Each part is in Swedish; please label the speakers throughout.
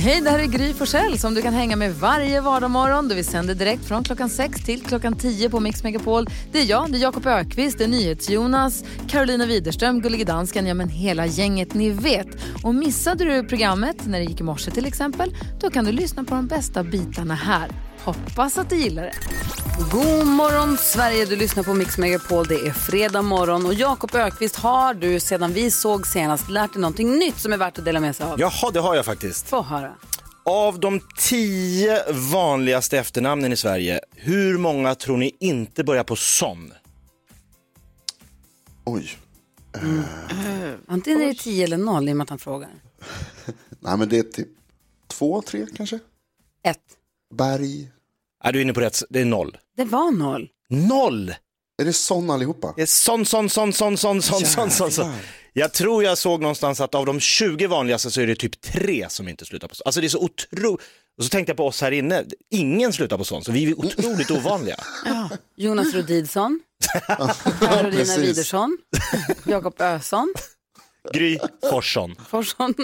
Speaker 1: Hej, det här är Gry Forssell som du kan hänga med varje vardagsmorgon. Vi sänder direkt från klockan 6 till klockan 10 på Mix Megapol. Det är jag, det är Jakob Ökvist, det är NyhetsJonas, Carolina Widerström, Gullige Dansken, ja men hela gänget ni vet. Och missade du programmet när det gick i morse till exempel, då kan du lyssna på de bästa bitarna här. Hoppas att du gillar det.
Speaker 2: God morgon Sverige, du lyssnar på Mix Megapol. Det är fredag morgon och Jakob Ökvist har du sedan vi såg senast lärt dig någonting nytt som är värt att dela med sig av.
Speaker 3: Jaha, det har jag faktiskt.
Speaker 2: Få höra.
Speaker 3: Av de tio vanligaste efternamnen i Sverige, hur många tror ni inte börjar på son?
Speaker 4: Oj.
Speaker 2: Antingen är det 10 eller 0 i och med att han frågar.
Speaker 4: Nej, men det är typ två, tre kanske.
Speaker 2: 1.
Speaker 4: Berg.
Speaker 3: Är du är inne på rätt, det är noll.
Speaker 2: Det var 0.
Speaker 3: Noll!
Speaker 4: Är det sån allihopa?
Speaker 3: Det är son, son, son, son, son, son, son, son, son. Jag tror jag såg någonstans att av de 20 vanligaste så är det typ tre som inte slutar på son. Alltså det är så otroligt. Och så tänkte jag på oss här inne, ingen slutar på son, så vi är otroligt ovanliga.
Speaker 2: Jonas Rodidsson. Karolina
Speaker 4: precis.
Speaker 2: Widersson. Jakob Össon.
Speaker 3: Gry Forsson.
Speaker 2: Forsson.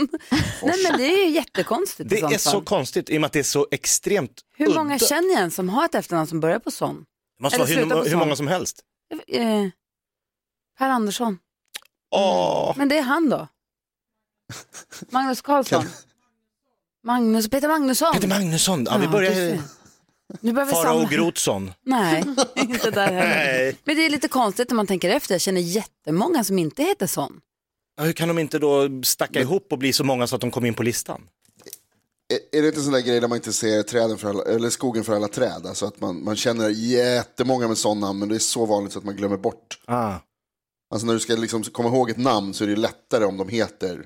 Speaker 2: Nej men det är ju jättekonstigt i
Speaker 3: Det
Speaker 2: sånt
Speaker 3: är så
Speaker 2: fall.
Speaker 3: konstigt i och med att det är så extremt
Speaker 2: Hur många
Speaker 3: udda.
Speaker 2: känner jag en som har ett efternamn som börjar på son?
Speaker 3: Det måste vara
Speaker 2: eller slutar på
Speaker 3: hur, hur
Speaker 2: son?
Speaker 3: många som helst.
Speaker 2: Eh, per Andersson. Mm.
Speaker 3: Åh,
Speaker 2: Men det är han då? Magnus Karlsson? Magnus, Peter Magnusson?
Speaker 3: Peter Magnusson. Ja, vi
Speaker 2: Ja,
Speaker 3: börjar...
Speaker 2: du ser. nu börjar vi
Speaker 3: Farao
Speaker 2: samla.
Speaker 3: Grotsson.
Speaker 2: Nej, inte där heller.
Speaker 3: Nej.
Speaker 2: Men det är lite konstigt när man tänker efter. Jag känner jättemånga som inte heter sån.
Speaker 3: Ja, Hur kan de inte då stacka ihop och bli så många så att de kommer in på listan?
Speaker 4: Är, är det inte en sån där grej där man inte ser träden för alla, eller skogen för alla träd? Alltså att man, man känner jättemånga med sån namn, men det är så vanligt så att man glömmer bort.
Speaker 3: Ah.
Speaker 4: Alltså när du ska liksom komma ihåg ett namn så är det ju lättare om de heter...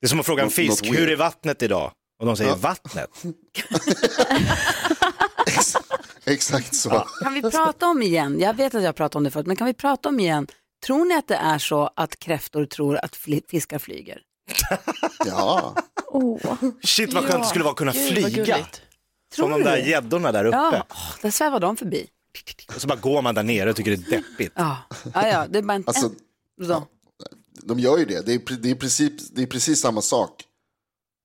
Speaker 3: Det är som att fråga en
Speaker 4: Något-
Speaker 3: fisk,
Speaker 4: något weird.
Speaker 3: hur är vattnet idag? Och de säger
Speaker 4: Ja.
Speaker 3: vattnet.
Speaker 4: Exakt så.
Speaker 2: Kan vi prata om igen, jag vet att jag pratade om det förut, men kan vi prata om igen, tror ni att det är så att kräftor tror att fli- fiskar flyger?
Speaker 4: Ja.
Speaker 3: Shit vad skönt det skulle vara att kunna flyga. Som de där gäddorna där uppe.
Speaker 2: Ja, åh, där svävar de förbi.
Speaker 3: Och så bara går man där nere och tycker det är deppigt.
Speaker 2: Ja, ja, ja det är bara en...
Speaker 4: Alltså,
Speaker 2: en då.
Speaker 4: De gör ju det. Det är, pre- det är, precis, det är precis samma sak.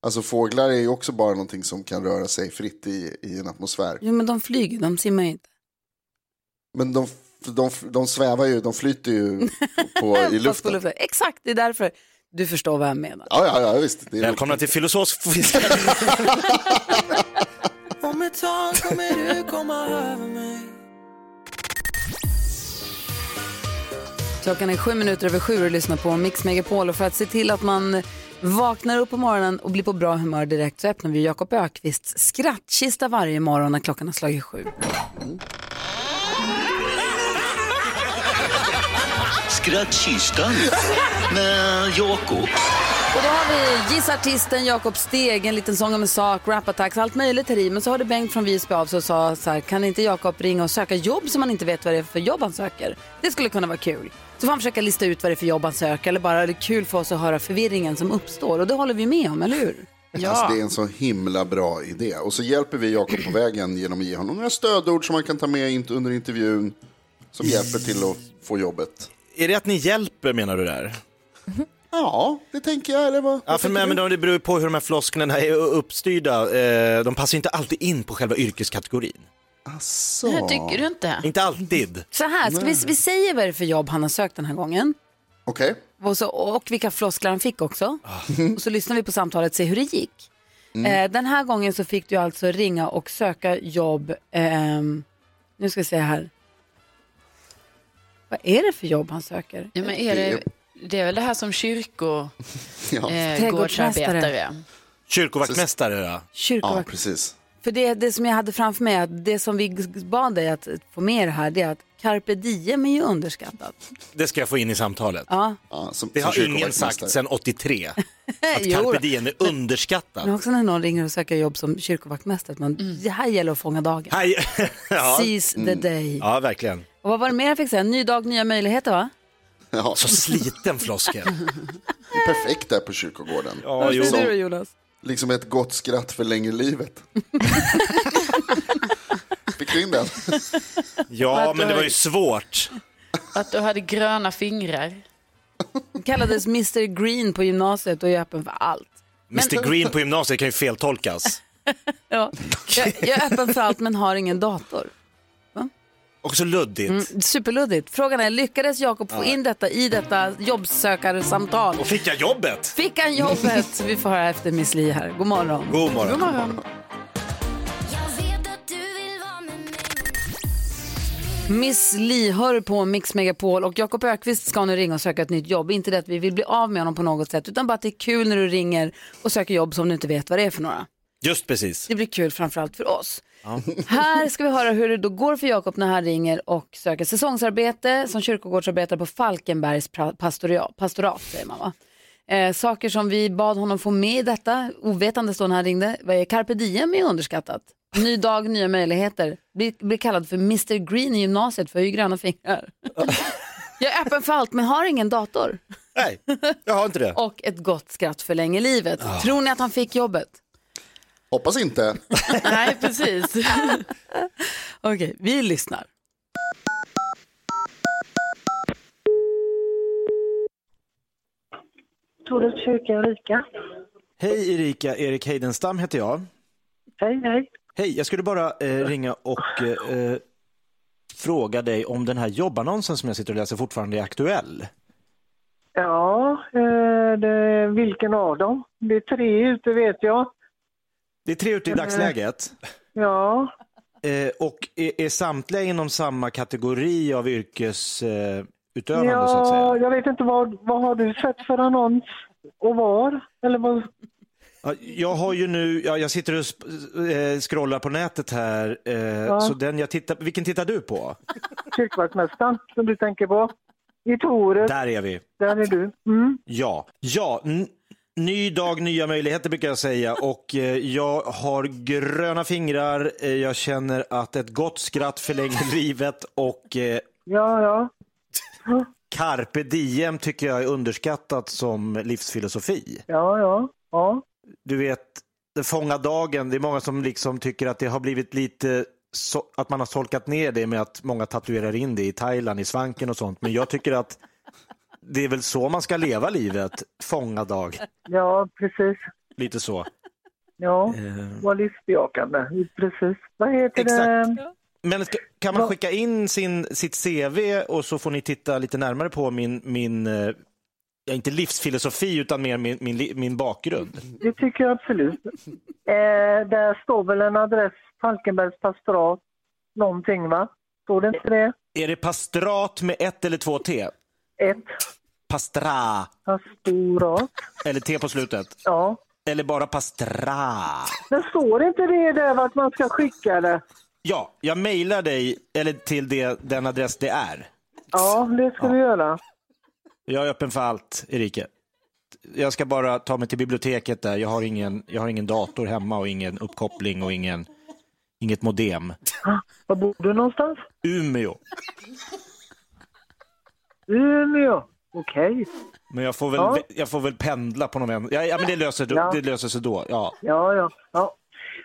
Speaker 4: Alltså fåglar är ju också bara någonting som kan röra sig fritt i, i en atmosfär.
Speaker 2: Jo, men de flyger, de simmar ju inte.
Speaker 4: Men de, de, de svävar ju, de flyter ju på, i
Speaker 2: Fast på
Speaker 4: luften.
Speaker 2: luften. Exakt, det är därför du förstår vad jag menar.
Speaker 4: Ja, ja, ja, visst. Det är
Speaker 3: Välkomna till filosofisk fisk.
Speaker 5: Om ett tag kommer du komma över mig
Speaker 2: Klockan är sju minuter över sju och lyssnar på Mix Megapol och för att se till att man vaknar upp på morgonen och blir på bra humör direkt så öppnar vi Jakob Ökvists skrattkista varje morgon när klockan har slagit sju.
Speaker 6: Skrattkistan med Jakob.
Speaker 2: Och då har vi Gissa artisten, Jakob Steg, en liten sång om en sak, rapattacks, allt möjligt här i. Men så hörde Bengt från Visby av sig och sa så här, kan inte Jakob ringa och söka jobb som man inte vet vad det är för jobb han söker? Det skulle kunna vara kul. Så får han försöka lista ut vad det är för jobb han söker eller bara det är kul för oss att höra förvirringen som uppstår och det håller vi med om, eller hur?
Speaker 4: Alltså, det är en så himla bra idé. Och så hjälper vi Jakob på vägen genom att ge honom några stödord som han kan ta med in under intervjun. Som hjälper till att få jobbet.
Speaker 3: är det att ni hjälper menar du där?
Speaker 4: Ja, det tänker jag. Eller vad?
Speaker 3: Ja, för mig, men då- det beror ju på hur de här flosklerna är uppstyrda. Eh, De passar ju inte alltid in på själva yrkeskategorin.
Speaker 4: Asså.
Speaker 7: Tycker du inte?
Speaker 3: Inte alltid.
Speaker 2: Så här, ska vi, vi säger vad det är för jobb han har sökt den här gången
Speaker 4: Okej.
Speaker 2: och, så, och vilka floskler han fick också. Och så lyssnar vi på samtalet och ser hur det gick.
Speaker 4: Mm.
Speaker 2: Eh, den här gången så fick du alltså ringa och söka jobb. ehm, nu ska vi se här. Vad är det för jobb han söker?
Speaker 7: Ja, men är det, det är väl det här som eh,
Speaker 4: Ja.
Speaker 2: Eh,
Speaker 7: kyrkogårdsarbetare.
Speaker 3: Kyrkovaktmästare då?
Speaker 4: ja,
Speaker 2: Kyrkovakt.
Speaker 4: precis.
Speaker 2: För det, det som jag hade framför mig, att det som vi bad dig att få med i det här, det är att carpe diem är ju underskattat.
Speaker 3: Det ska jag få in i samtalet.
Speaker 2: Ja,
Speaker 4: Ja, som,
Speaker 3: Det
Speaker 4: som
Speaker 3: har ingen
Speaker 4: kyrkovaktmästare.
Speaker 3: sagt sedan 83. Att
Speaker 2: Jo då.
Speaker 3: carpe diem är underskattat.
Speaker 2: Men också när någon ringer och söker jobb som kyrkovaktmästare, att man, det här gäller att fånga dagen.
Speaker 3: Hej. ja. Mm.
Speaker 2: Seize the day.
Speaker 3: ja, verkligen.
Speaker 2: Och vad var det mer jag fick säga? Ny dag, nya möjligheter va?
Speaker 4: Ja.
Speaker 8: Så sliten floskel.
Speaker 4: Det är perfekt där på kyrkogården.
Speaker 8: Ja, jo.
Speaker 4: Som-
Speaker 7: Du då Jonas?
Speaker 4: Liksom ett gott skratt förlänger livet. Fick du in den?
Speaker 8: ja, men det var ju svårt.
Speaker 2: Att du hade gröna fingrar.
Speaker 7: Kallades Mr Green på gymnasiet och är öppen för allt.
Speaker 8: Mr Green på gymnasiet kan ju feltolkas.
Speaker 7: Ja. Jag, jag är öppen för allt men har ingen dator.
Speaker 8: Också luddigt.
Speaker 7: Superluddigt. Frågan är, lyckades Jakob få in detta i detta jobbsökarsamtal?
Speaker 8: Och fick jag jobbet?
Speaker 7: Fick han jobbet? Vi får höra efter Miss Li här. God morgon.
Speaker 8: God morgon.
Speaker 7: Miss Li hör på Mix Megapol och Jakob Ökvist ska nu ringa och söka ett nytt jobb. Inte det att vi vill bli av med honom på något sätt utan bara att det är kul när du ringer och söker jobb som du inte vet vad det är för några.
Speaker 8: Just precis.
Speaker 7: Det blir kul framförallt för oss. Här ska vi höra hur det då går för Jakob när han ringer och söker säsongsarbete som kyrkogårdsarbetare på Falkenbergs pra- pastoria- pastorat. Säger man, va? Eh, saker som vi bad honom få med i detta, ovetandes då när han ringde, vad är carpe diem är underskattat. Ny dag, nya möjligheter. Blir, blir kallad för Mr Green i gymnasiet för jag har ju gröna fingrar. Jag är öppen för allt men har ingen dator.
Speaker 8: Nej, jag har inte det.
Speaker 7: Och ett gott skratt förlänger livet. Tror ni att han fick jobbet?
Speaker 4: Hoppas inte.
Speaker 2: Nej, precis.
Speaker 7: Okej, vi lyssnar.
Speaker 9: Torets kyrka Ulrika.
Speaker 3: Hej Erika, Erik Heidenstam heter jag.
Speaker 9: Hej, hej.
Speaker 3: Hej, jag skulle bara eh, ringa och eh, eh, fråga dig om den här jobbannonsen som jag sitter och läser fortfarande är aktuell.
Speaker 9: Ja, eh, det, vilken av dem? Det är tre ute vet jag.
Speaker 3: Det är tre ute i dagsläget.
Speaker 9: Ja,
Speaker 3: Eh, och är, är samtliga inom samma kategori av yrkesutövande eh, utövande, så att
Speaker 9: ja
Speaker 3: säga?
Speaker 9: jag vet inte vad, vad har du sett för annons och var? Eller vad?
Speaker 3: Ja, Jag har ju nu, ja, jag sitter och sp- eh, scrollar på nätet här, eh, så den jag tittar, vilken tittar du på?
Speaker 9: Kyrkvaktmästaren som du tänker på. I Toret,
Speaker 3: Där är vi.
Speaker 9: där är du. Mm.
Speaker 3: Ja, ja. N- ny dag, nya möjligheter brukar jag säga och eh, jag har gröna fingrar. Eh, jag känner att ett gott skratt förlänger livet och eh,
Speaker 9: Ja, ja.
Speaker 3: carpe diem tycker jag är underskattat som livsfilosofi.
Speaker 9: Ja, ja. Ja,
Speaker 3: Du vet, fånga dagen. Det är många som liksom tycker att det har blivit lite så, att man har solkat ner det med att många tatuerar in det i Thailand, i svanken och sånt. Men jag tycker att det är väl så man ska leva livet, fånga dag.
Speaker 9: ja precis.
Speaker 3: Lite så.
Speaker 9: Ja,
Speaker 3: Eh.
Speaker 9: var livsbejakande. Precis. Vad heter
Speaker 3: Exakt.
Speaker 9: det?
Speaker 3: Men ska, kan man skicka in sin, sitt CV och så får ni titta lite närmare på min, min eh, ja, inte livsfilosofi utan mer min, min, li- min bakgrund.
Speaker 9: Det tycker jag absolut. Eh, där står väl en adress, Falkenbergs pastorat, någonting va? Står det inte det?
Speaker 3: Är det pastrat med ett eller två T?
Speaker 9: Ett
Speaker 3: Pastra,
Speaker 9: pastorat.
Speaker 3: eller T på slutet.
Speaker 9: Ja.
Speaker 3: Eller bara pastra.
Speaker 9: Men står inte det där vart man ska skicka det?
Speaker 3: Ja, jag mejlar dig, eller till det, den adress det är.
Speaker 9: Ja, det ska vi göra.
Speaker 3: Jag är öppen för allt, Erike. Jag ska bara ta mig till biblioteket där. Jag har ingen, jag har ingen dator hemma och ingen uppkoppling och ingen, inget modem.
Speaker 9: Var bor du någonstans?
Speaker 3: Umeå.
Speaker 9: Umeå. Okej.
Speaker 3: Men jag får väl,
Speaker 9: Ja.
Speaker 3: jag får väl pendla på någon vän. Ja, ja men det löser,
Speaker 9: Ja.
Speaker 3: det löser sig då. Ja.
Speaker 9: Ja, ja. ja.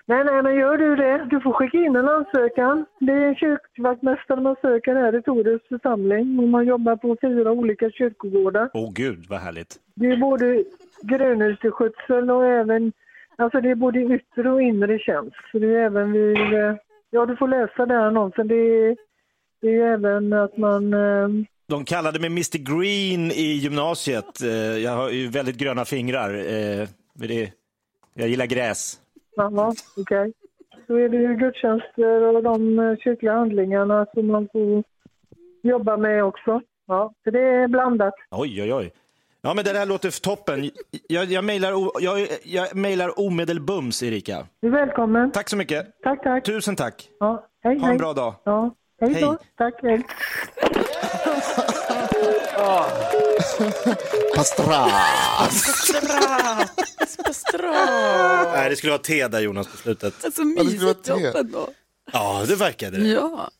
Speaker 9: Nej, nej, men gör du det. Du får skicka in en ansökan. Det är en kyrkvaktmästare man söker här i Torus församling. Och Man jobbar på fyra olika kyrkogårdar.
Speaker 3: Åh gud, vad härligt.
Speaker 9: Det är både grönhuseskötsel och även, alltså det är både yttre och inre tjänst. Så det är även vid, eh, ja du får läsa där annonsen. Det är, det är även att man, eh,
Speaker 3: De kallade mig Mr Green i gymnasiet. Eh, Jag har ju väldigt gröna fingrar. Eh, men det- Jag gillar gräs.
Speaker 9: jaha, okej. Så är det ju gudstjänster och de eh, kyrkliga handlingarna som man får jobba med också. Ja, så det är blandat.
Speaker 3: Oj, oj, oj. Ja, men det där låter för toppen. Jag, jag mejlar o- jag, jag mejlar omedelbums, Erika.
Speaker 9: Du är välkommen.
Speaker 3: Tack så mycket.
Speaker 9: Tack, tack.
Speaker 3: Tusen tack.
Speaker 9: Ja, hej,
Speaker 3: Ha en
Speaker 9: hej.
Speaker 3: bra dag.
Speaker 9: Ja, hej då.
Speaker 3: Hej.
Speaker 9: Tack, hej.
Speaker 4: Pastra.
Speaker 8: Nej, det skulle vara te där Jonas på slutet.
Speaker 7: Alltså
Speaker 4: det skulle vara
Speaker 7: mysigt
Speaker 4: te.
Speaker 7: jobb ändå.
Speaker 8: Ja, det verkade det.
Speaker 7: Ja.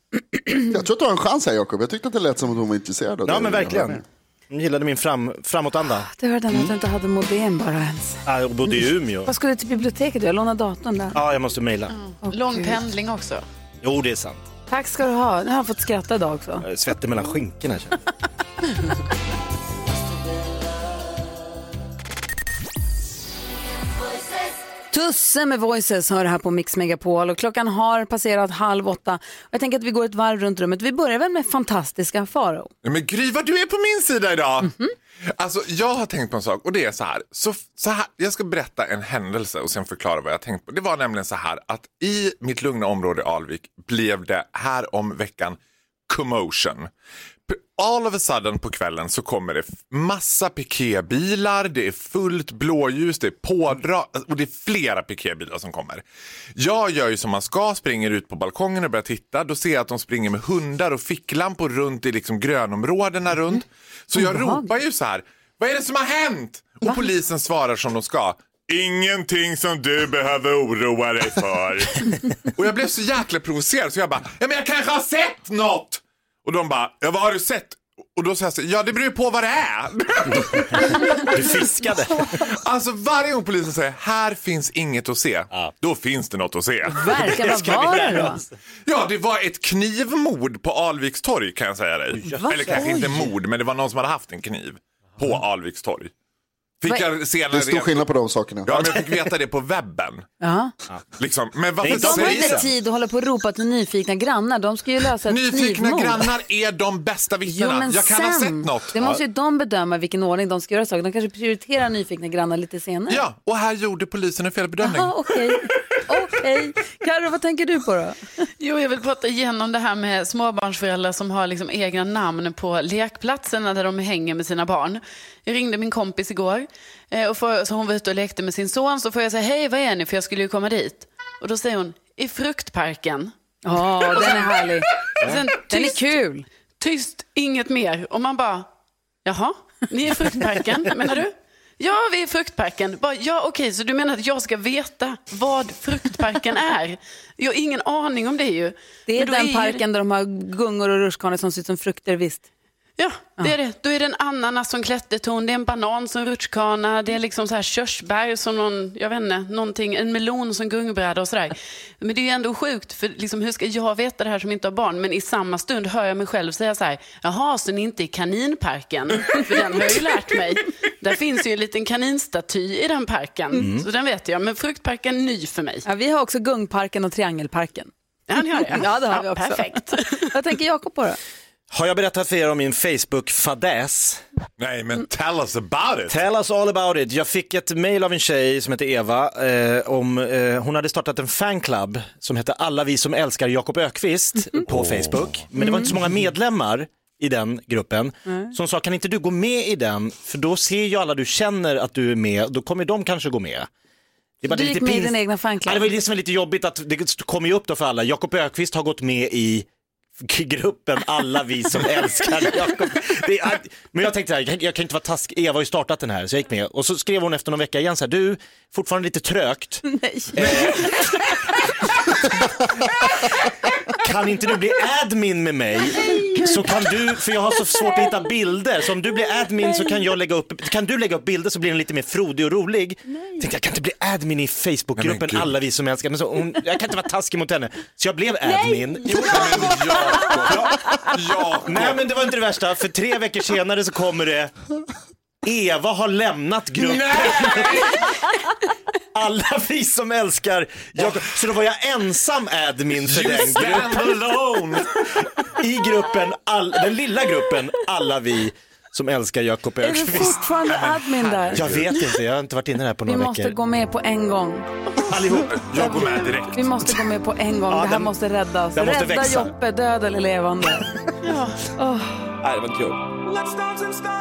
Speaker 4: Jag tror att du har en chans här Jakob. Jag tyckte att det lät som att hon var intresserad av
Speaker 8: Ja,
Speaker 4: det.
Speaker 8: men verkligen.
Speaker 3: De gillade min fram, framåtanda.
Speaker 2: Det hörde han att jag inte hade modem bara ens.
Speaker 3: Ah, jag bodde i Umeå.
Speaker 2: Vad skulle du till biblioteket? Jag lånade datorn där.
Speaker 3: Ja, jag måste mejla.
Speaker 2: Åh,
Speaker 7: Lång
Speaker 2: Gud.
Speaker 7: pendling också.
Speaker 3: Jo, det är sant.
Speaker 2: Tack ska du ha. Nu har jag fått skratta idag också.
Speaker 3: Jag är svettig mellan skinkorna. känner jag.
Speaker 2: Tusse med Voices hör här på Mix Megapol och klockan har passerat halv åtta. Jag tänker att vi går ett varv runt rummet. Vi börjar väl med fantastiska Faro.
Speaker 10: Nej, Men Gry, vad du är på min sida idag! Alltså, jag har tänkt på en sak och det är så här. Så, så här. Jag ska berätta en händelse och sen förklara vad jag har tänkt på. Det var nämligen så här att i mitt lugna område i Alvik blev det här om veckan commotion. P- All of a sudden på kvällen så kommer det f- massa piketbilar, det är fullt blåljus, det är pådrag och det är flera piketbilar som kommer. Jag gör ju som man ska, springer ut på balkongen och börjar titta. Då ser jag att de springer med hundar och ficklampor runt i liksom grönområdena runt. Så jag ropar ju så här, vad är det som har hänt? Och polisen svarar som de ska. Ingenting som du behöver oroa dig för. och jag blev så jäkla provocerad så jag bara, ja men jag kanske har sett något. Och de bara, ja vad har du sett? Och då säger jag så här, ja det beror ju på vad det är.
Speaker 3: Du fiskade.
Speaker 10: Alltså varje gång polisen säger, här finns inget att se. Då finns det något att se.
Speaker 2: Verkar, vad var det då?
Speaker 10: Ja, det var ett knivmord på Alviks torg kan jag säga dig.
Speaker 2: Va?
Speaker 10: Eller kanske
Speaker 2: Oj.
Speaker 10: inte mord, men det var någon som hade haft en kniv på Alviks torg.
Speaker 2: Vad-
Speaker 10: Fick jag senare
Speaker 4: Det är stor
Speaker 10: reda-
Speaker 4: skillnad på de sakerna.
Speaker 10: Ja, men jag fick veta det på webben.
Speaker 2: Ja.
Speaker 10: Liksom. Men
Speaker 2: Men
Speaker 10: varför
Speaker 2: de har
Speaker 10: säger
Speaker 2: inte tid att hålla på och ropa till nyfikna grannar. De ska ju lösa ett
Speaker 10: Nyfikna
Speaker 2: knivmord.
Speaker 10: grannar är de bästa
Speaker 2: Jo,
Speaker 10: vittnena.
Speaker 2: men
Speaker 10: Jag kan
Speaker 2: sen,
Speaker 10: ha sett något.
Speaker 2: Det måste ju de bedöma i vilken ordning de ska göra saker. De kanske prioriterar nyfikna grannar lite senare.
Speaker 10: Ja, och här gjorde polisen en felbedömning.
Speaker 2: Jaha, Ah, okej. Okej. Carro, vad tänker du på då?
Speaker 7: Jo, jag vill prata igenom det här med småbarnsföräldrar som har liksom egna namn på lekplatserna där de hänger med sina barn. Jag ringde min kompis igår eh, och för, så hon var ute och lekte med sin son så får jag säga hej, vad är ni? För jag skulle ju komma dit. Och då säger hon, i fruktparken.
Speaker 2: Ja, den är härlig.
Speaker 7: Och sen
Speaker 2: Den är
Speaker 7: tyst-
Speaker 2: kul.
Speaker 7: Tyst, inget mer. Och man bara, jaha, ni är i fruktparken, menar du? Ja, vi är i fruktparken. Bara, ja, okej, så du menar att jag ska veta vad fruktparken är? Jag har ingen aning om det ju.
Speaker 2: Det är
Speaker 7: Men då
Speaker 2: den
Speaker 7: ju-
Speaker 2: parken där de har gungor och rutschkanor som ser ut som frukter, visst.
Speaker 7: Ja, det är det. Då är det en ananas som klättertorn, det är en banan som rutschkana, det är liksom så här körsbär som någon, jag vet inte, någonting, en melon som gungbräda och sådär. Men det är ju ändå sjukt, för liksom, hur ska jag veta det här som inte har barn? Men i samma stund hör jag mig själv säga så här, jaha, så ni är inte i kaninparken? För den har jag ju lärt mig. Där finns ju en liten kaninstaty i den parken,
Speaker 2: Mm.
Speaker 7: så den vet jag. Men fruktparken är ny för mig.
Speaker 2: Ja, vi har också gungparken och triangelparken.
Speaker 7: Ja, ni har det.
Speaker 2: Ja, det har vi också.
Speaker 7: Perfekt.
Speaker 2: Vad tänker Jakob på då?
Speaker 3: Har jag berättat för er om min Facebook-fadäs?
Speaker 10: Nej, men tell us about it.
Speaker 3: Tell us all about it. Jag fick ett mail av en tjej som heter Eva. Eh, om, eh, hon hade startat en fanclub som hette Alla vi som älskar Jakob Ökvist
Speaker 2: Mm-hmm.
Speaker 3: på Facebook. Men det var inte så många medlemmar i den gruppen. Som sa, kan inte du gå med i den? För då ser ju alla du känner att du är med, då kommer de kanske gå med. Det är bara
Speaker 2: Du
Speaker 3: lite
Speaker 2: gick med i
Speaker 3: pins-
Speaker 2: din egna
Speaker 3: Ja, det
Speaker 2: fanclub.
Speaker 3: var ju det som är lite jobbigt att det kom ju upp då för alla. Jakob Ökvist har gått med i g- gruppen alla vi som älskar Jakob. Det är, men jag tänkte så här, jag, jag kan inte vara task, Eva har ju startat den här så jag gick med och så skrev hon efter någon vecka igen så här, du, fortfarande lite trögt,
Speaker 2: Nej.
Speaker 3: kan inte du bli admin med mig? Så kan du, för jag har så svårt att hitta bilder, så om du blir admin så kan jag lägga upp, kan du lägga upp bilder så blir den lite mer frodig och rolig. Tänkte jag kan inte bli admin i
Speaker 10: Nej, men
Speaker 3: Facebookgruppen
Speaker 10: gud.
Speaker 3: alla vi som älskar, men så, hon, jag kan inte vara taskig mot henne. Så jag blev admin. Jo,
Speaker 10: Ja,
Speaker 3: Nej men det var inte det värsta, för tre veckor senare så kommer det Eva har lämnat gruppen. Alla vi som älskar Jakob. Så då var jag ensam admin för den gruppen.
Speaker 10: alone.
Speaker 3: I gruppen, all, den lilla gruppen, alla vi som älskar Jakob
Speaker 2: Är du
Speaker 3: Ökvist.
Speaker 2: fortfarande admin där?
Speaker 3: Jag vet inte, jag har inte varit inne här på
Speaker 2: Vi
Speaker 3: några
Speaker 2: måste
Speaker 3: veckor.
Speaker 2: gå med på en gång.
Speaker 3: Allihop.
Speaker 10: Jag går med direkt.
Speaker 2: Vi måste gå med på en gång. Det här
Speaker 3: den-
Speaker 2: måste räddas.
Speaker 3: den måste
Speaker 2: Rädda
Speaker 3: växa.
Speaker 2: Joppe, död eller levande. Åh.
Speaker 3: Nej, det var inte jag.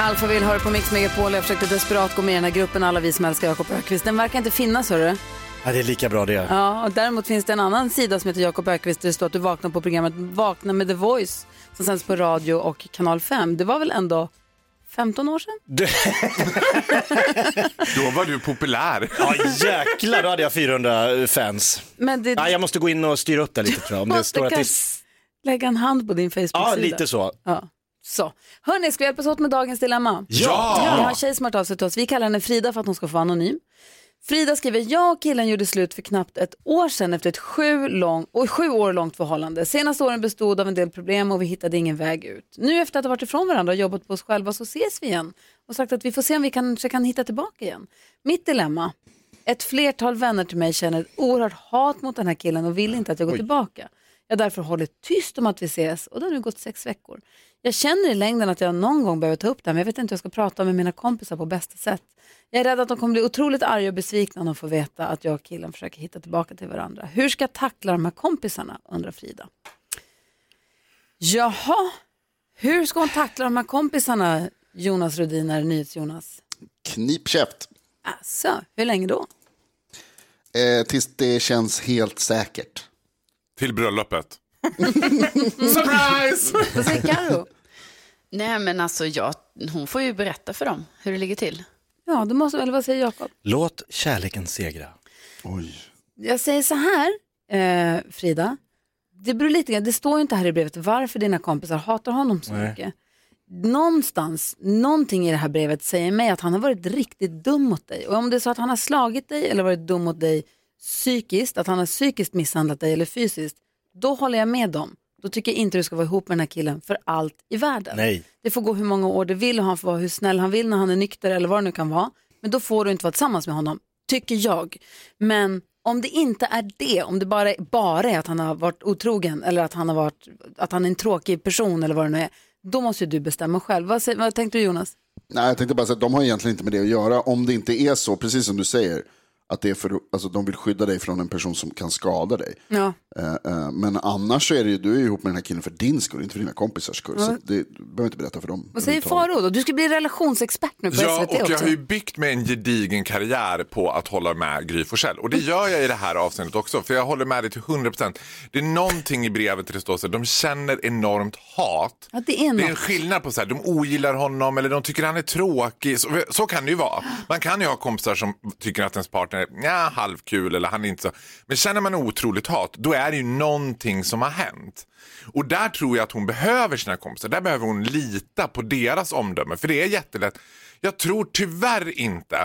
Speaker 2: Alphaville hör på Mix Megapol. Jag försökte desperat gå med i den här gruppen, alla vi som älskar Jakob Ökvist. Den verkar inte finnas, hörru.
Speaker 3: Ja, det är lika bra det.
Speaker 2: Ja, och däremot finns det en annan sida som heter Jakob Ökvist där det står att du vaknar på programmet Vakna med The Voice som sänds på radio och kanal 5. Det var väl ändå 15 år sedan?
Speaker 10: Då var du populär.
Speaker 3: Ja jäklar, då hade jag 400 fans.
Speaker 2: Men det,
Speaker 3: Nej, jag måste gå in och styra upp det lite tror jag. Om det
Speaker 2: Måste
Speaker 3: står att det är
Speaker 2: kanske- lägga en hand på din Facebook-sida.
Speaker 3: Ja, lite så.
Speaker 2: Ja. Så. Hörni, ska vi hjälpas åt med dagens dilemma?
Speaker 3: Ja!
Speaker 2: Vi har en tjej som har hört av sig till oss. Vi kallar henne Frida för att hon ska få vara anonym. Frida skriver, jag och killen gjorde slut för knappt ett år sedan efter ett sju, lång, och sju år långt förhållande. Senaste åren bestod av en del problem och vi hittade ingen väg ut. Nu efter att ha varit ifrån varandra och jobbat på oss själva så ses vi igen och sagt att vi får se om vi kanske kan hitta tillbaka igen. Mitt dilemma, ett flertal vänner till mig känner ett oerhört hat mot den här killen och vill inte att jag går
Speaker 1: Oj.
Speaker 2: tillbaka. Jag har därför hållit tyst om att vi ses och det har nu gått sex veckor. Jag känner i längden att jag någon gång behöver ta upp det här men jag vet inte hur jag ska prata med mina kompisar på bästa sätt. Jag är rädd att de kommer bli otroligt arga och besvikna när de får veta att jag och killen försöker hitta tillbaka till varandra. Hur ska jag tackla de här kompisarna, undrar Frida. Jaha, hur ska hon tackla de här kompisarna, Jonas Rudiner, NyhetsJonas?
Speaker 4: Knip käft.
Speaker 2: Alltså, hur länge då?
Speaker 4: Eh, tills det känns helt säkert.
Speaker 10: Till bröllopet.
Speaker 7: Surprise!
Speaker 2: Vad säger Karo?
Speaker 7: Nej, men alltså jag, hon får ju berätta för dem hur det ligger till.
Speaker 2: Ja, då måste, eller vad säger Jakob?
Speaker 3: Låt kärleken segra.
Speaker 4: Oj.
Speaker 2: Jag säger så här, eh, Frida. Det beror lite grann, det står ju inte här i brevet varför dina kompisar hatar honom så
Speaker 1: Nej.
Speaker 2: mycket. Någonstans, någonting i det här brevet säger mig att han har varit riktigt dum mot dig. Och om det är så att han har slagit dig eller varit dum mot dig psykiskt, att han har psykiskt misshandlat dig eller fysiskt, då håller jag med dem. Då tycker jag inte du ska vara ihop med den här killen för allt i världen.
Speaker 3: Nej.
Speaker 2: Det får gå hur många år det vill och han får vara hur snäll han vill när han är nykter eller vad det nu kan vara. Men då får du inte vara tillsammans med honom, tycker jag. Men om det inte är det, om det bara, bara är att han har varit otrogen eller att han, har varit, att han är en tråkig person eller vad det nu är, då måste ju du bestämma själv. Vad, säger, vad tänkte du Jonas?
Speaker 4: Nej, jag tänkte bara säga att de har egentligen inte med det att göra. Om det inte är så, precis som du säger, att det är för, alltså, de vill skydda dig från en person som kan skada dig.
Speaker 2: Ja.
Speaker 4: Eh, eh, Men annars så är det ju, du är ju ihop med den här killen för din skull, inte för dina kompisars skull. Så
Speaker 2: Ja.
Speaker 4: det, du behöver inte berätta för dem.
Speaker 2: Vad säger Faro då? Du ska bli relationsexpert nu på
Speaker 10: Ja,
Speaker 2: SVT
Speaker 10: och jag
Speaker 2: också.
Speaker 10: har ju byggt mig en gedigen karriär på att hålla med Gry Forssell. Och det gör jag i det här avseendet också, för jag håller med dig till 100%. Det är någonting i brevet där det står så här, de känner enormt hat.
Speaker 2: Ja, det är
Speaker 10: Det är en
Speaker 2: något.
Speaker 10: skillnad på så här, de ogillar honom eller de tycker han är tråkig. Så, så kan det ju vara. Man kan ju ha kompisar som tycker att ens partner är nja, halvkul eller han är inte så. Men känner man otroligt hat, då är det ju någonting som har hänt. Och där tror jag att hon behöver sina kompisar. Där behöver hon lita på deras omdöme. För det är jättelätt. Jag tror tyvärr inte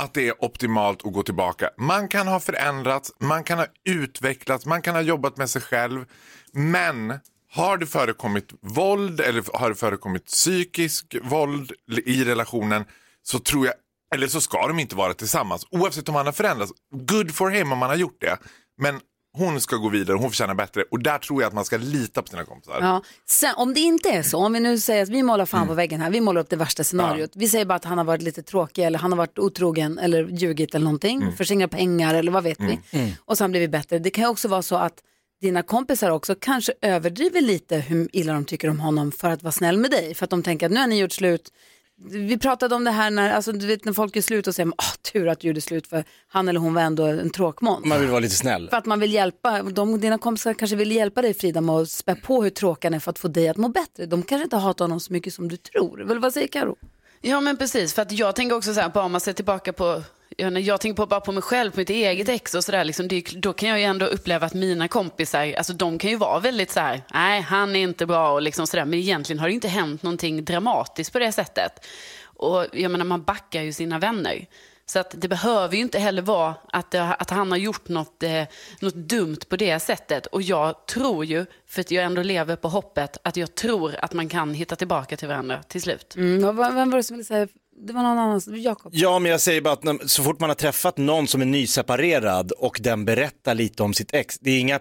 Speaker 10: att det är optimalt att gå tillbaka. Man kan ha förändrats, man kan ha utvecklats, man kan ha jobbat med sig själv. Men har det förekommit våld eller har det förekommit psykisk våld i relationen så tror jag, eller så ska de inte vara tillsammans. Oavsett om han har förändrats, good for him om han har gjort det. Men hon ska gå vidare, hon förtjänar bättre och där tror jag att man ska lita på sina kompisar.
Speaker 2: Ja. Sen, om det inte är så, om vi nu säger att vi målar fan
Speaker 1: Mm.
Speaker 2: på väggen här, vi målar upp det värsta scenariot. Vi säger bara att han har varit lite tråkig eller han har varit otrogen eller ljugit eller någonting,
Speaker 1: Mm.
Speaker 2: förskingrat pengar eller vad vet vi.
Speaker 1: Mm.
Speaker 2: Och sen blir vi bättre. Det kan ju också vara så att dina kompisar också kanske överdriver lite hur illa de tycker om honom för att vara snäll med dig. För att de tänker att nu har ni gjort slut. Vi pratade om det här när, alltså, du vet, när folk är slut och säger "Ah, tur att du gjorde slut för han eller hon var ändå en tråkmåns.
Speaker 3: Man vill vara lite snäll.
Speaker 2: För att man vill hjälpa, de, dina kompisar kanske vill hjälpa dig Frida med att spä på hur tråkig han är för att få dig att må bättre. De kanske inte hatar honom så mycket som du tror. Väl, vad säger Karo?
Speaker 7: Ja, men precis. För att jag tänker också så här, bara om man ser tillbaka på jag, vet inte, jag tänker på bara på mig själv, på mitt eget ex och sådär. Liksom, det är ju- då kan jag ju ändå uppleva att mina kompisar, alltså de kan ju vara väldigt så här, nej han är inte bra och liksom sådär. Men egentligen har det ju inte hänt någonting dramatiskt på det sättet. Och jag menar, man backar ju sina vänner. Så att det behöver ju inte heller vara att, det, att han har gjort något, eh, något dumt på det sättet. Och jag tror ju, för att jag ändå lever på hoppet, att jag tror att man kan hitta tillbaka till varandra till slut.
Speaker 2: Mm, vad- vad- vem var det som ville säga? Det var någon annan, som- Jakob.
Speaker 3: Ja, men jag säger bara att när, så fort man har träffat någon som är nyseparerad och den berättar lite om sitt ex, det är inga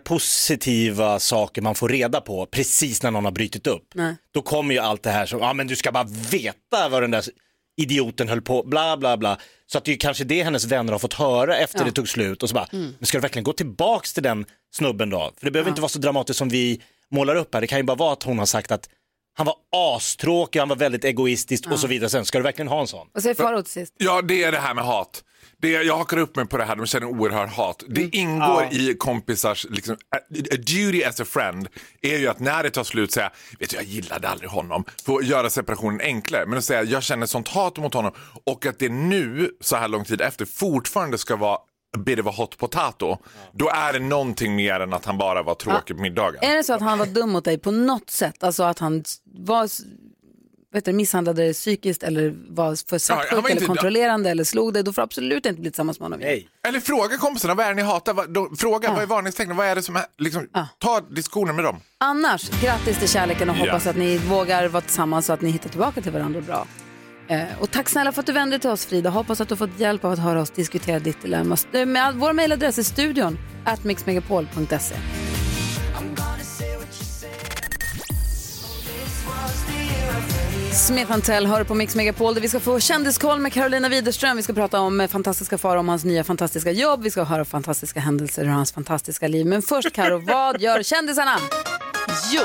Speaker 3: positiva saker man får reda på precis när någon har brutit upp.
Speaker 2: Nej.
Speaker 3: Då kommer ju allt det här som, ja men du ska bara veta vad den där idioten höll på, bla bla bla. Så att det är ju kanske det hennes vänner har fått höra efter
Speaker 2: Ja.
Speaker 3: det tog slut och så bara,
Speaker 2: Mm.
Speaker 3: men ska du verkligen gå tillbaks till den snubben då? För det behöver
Speaker 2: Ja.
Speaker 3: inte vara så dramatiskt som vi målar upp här, det kan ju bara vara att hon har sagt att han var astråkig, han var väldigt egoistisk och så vidare. Sen, ska du verkligen ha en sån?
Speaker 2: Vad säger Farao till sist?
Speaker 10: Ja, det är det här med hat. Det, jag hakar upp mig på det här, de känner oerhört hat. Det ingår i kompisars, liksom, a, a duty as a friend, är ju att när det tar slut säga, vet du jag gillade aldrig honom, för att göra separationen enklare. Men att säga, jag känner sånt hat mot honom och att det nu, så här lång tid efter, fortfarande ska vara a bit of a hot potato, då är det någonting mer än att han bara var tråkig på middagen.
Speaker 2: Är det så att han var dum mot dig på något sätt? Alltså att han var, vet du, misshandlade dig psykiskt eller var för svartsjuk
Speaker 10: han var
Speaker 2: eller
Speaker 10: inte-
Speaker 2: kontrollerande eller slog dig. Du får absolut inte bli tillsammans med honom igen.
Speaker 10: Eller fråga kompisarna, vad är det ni hatar? Vad- då- Fråga, vad är varningstecknen? Vad är det som är, liksom, ta diskussioner med dem.
Speaker 2: Annars, grattis till kärleken och
Speaker 10: Ja.
Speaker 2: hoppas att ni vågar vara tillsammans så att ni hittar tillbaka till varandra bra. Eh, och tack snälla för att du vände dig till oss Frida. Hoppas att du har fått hjälp av att höra oss diskutera ditt dilemma. Eh, Med vår mejladress är studion at mixmegapol.se. Smith Tell hör på Mix Megapol där vi ska få kändiskoll med Carolina Widerström. Vi ska prata om eh, fantastiska far, om hans nya fantastiska jobb. Vi ska höra fantastiska händelser ur hans fantastiska liv. Men först Karo, vad gör kändisarna?
Speaker 9: Jo,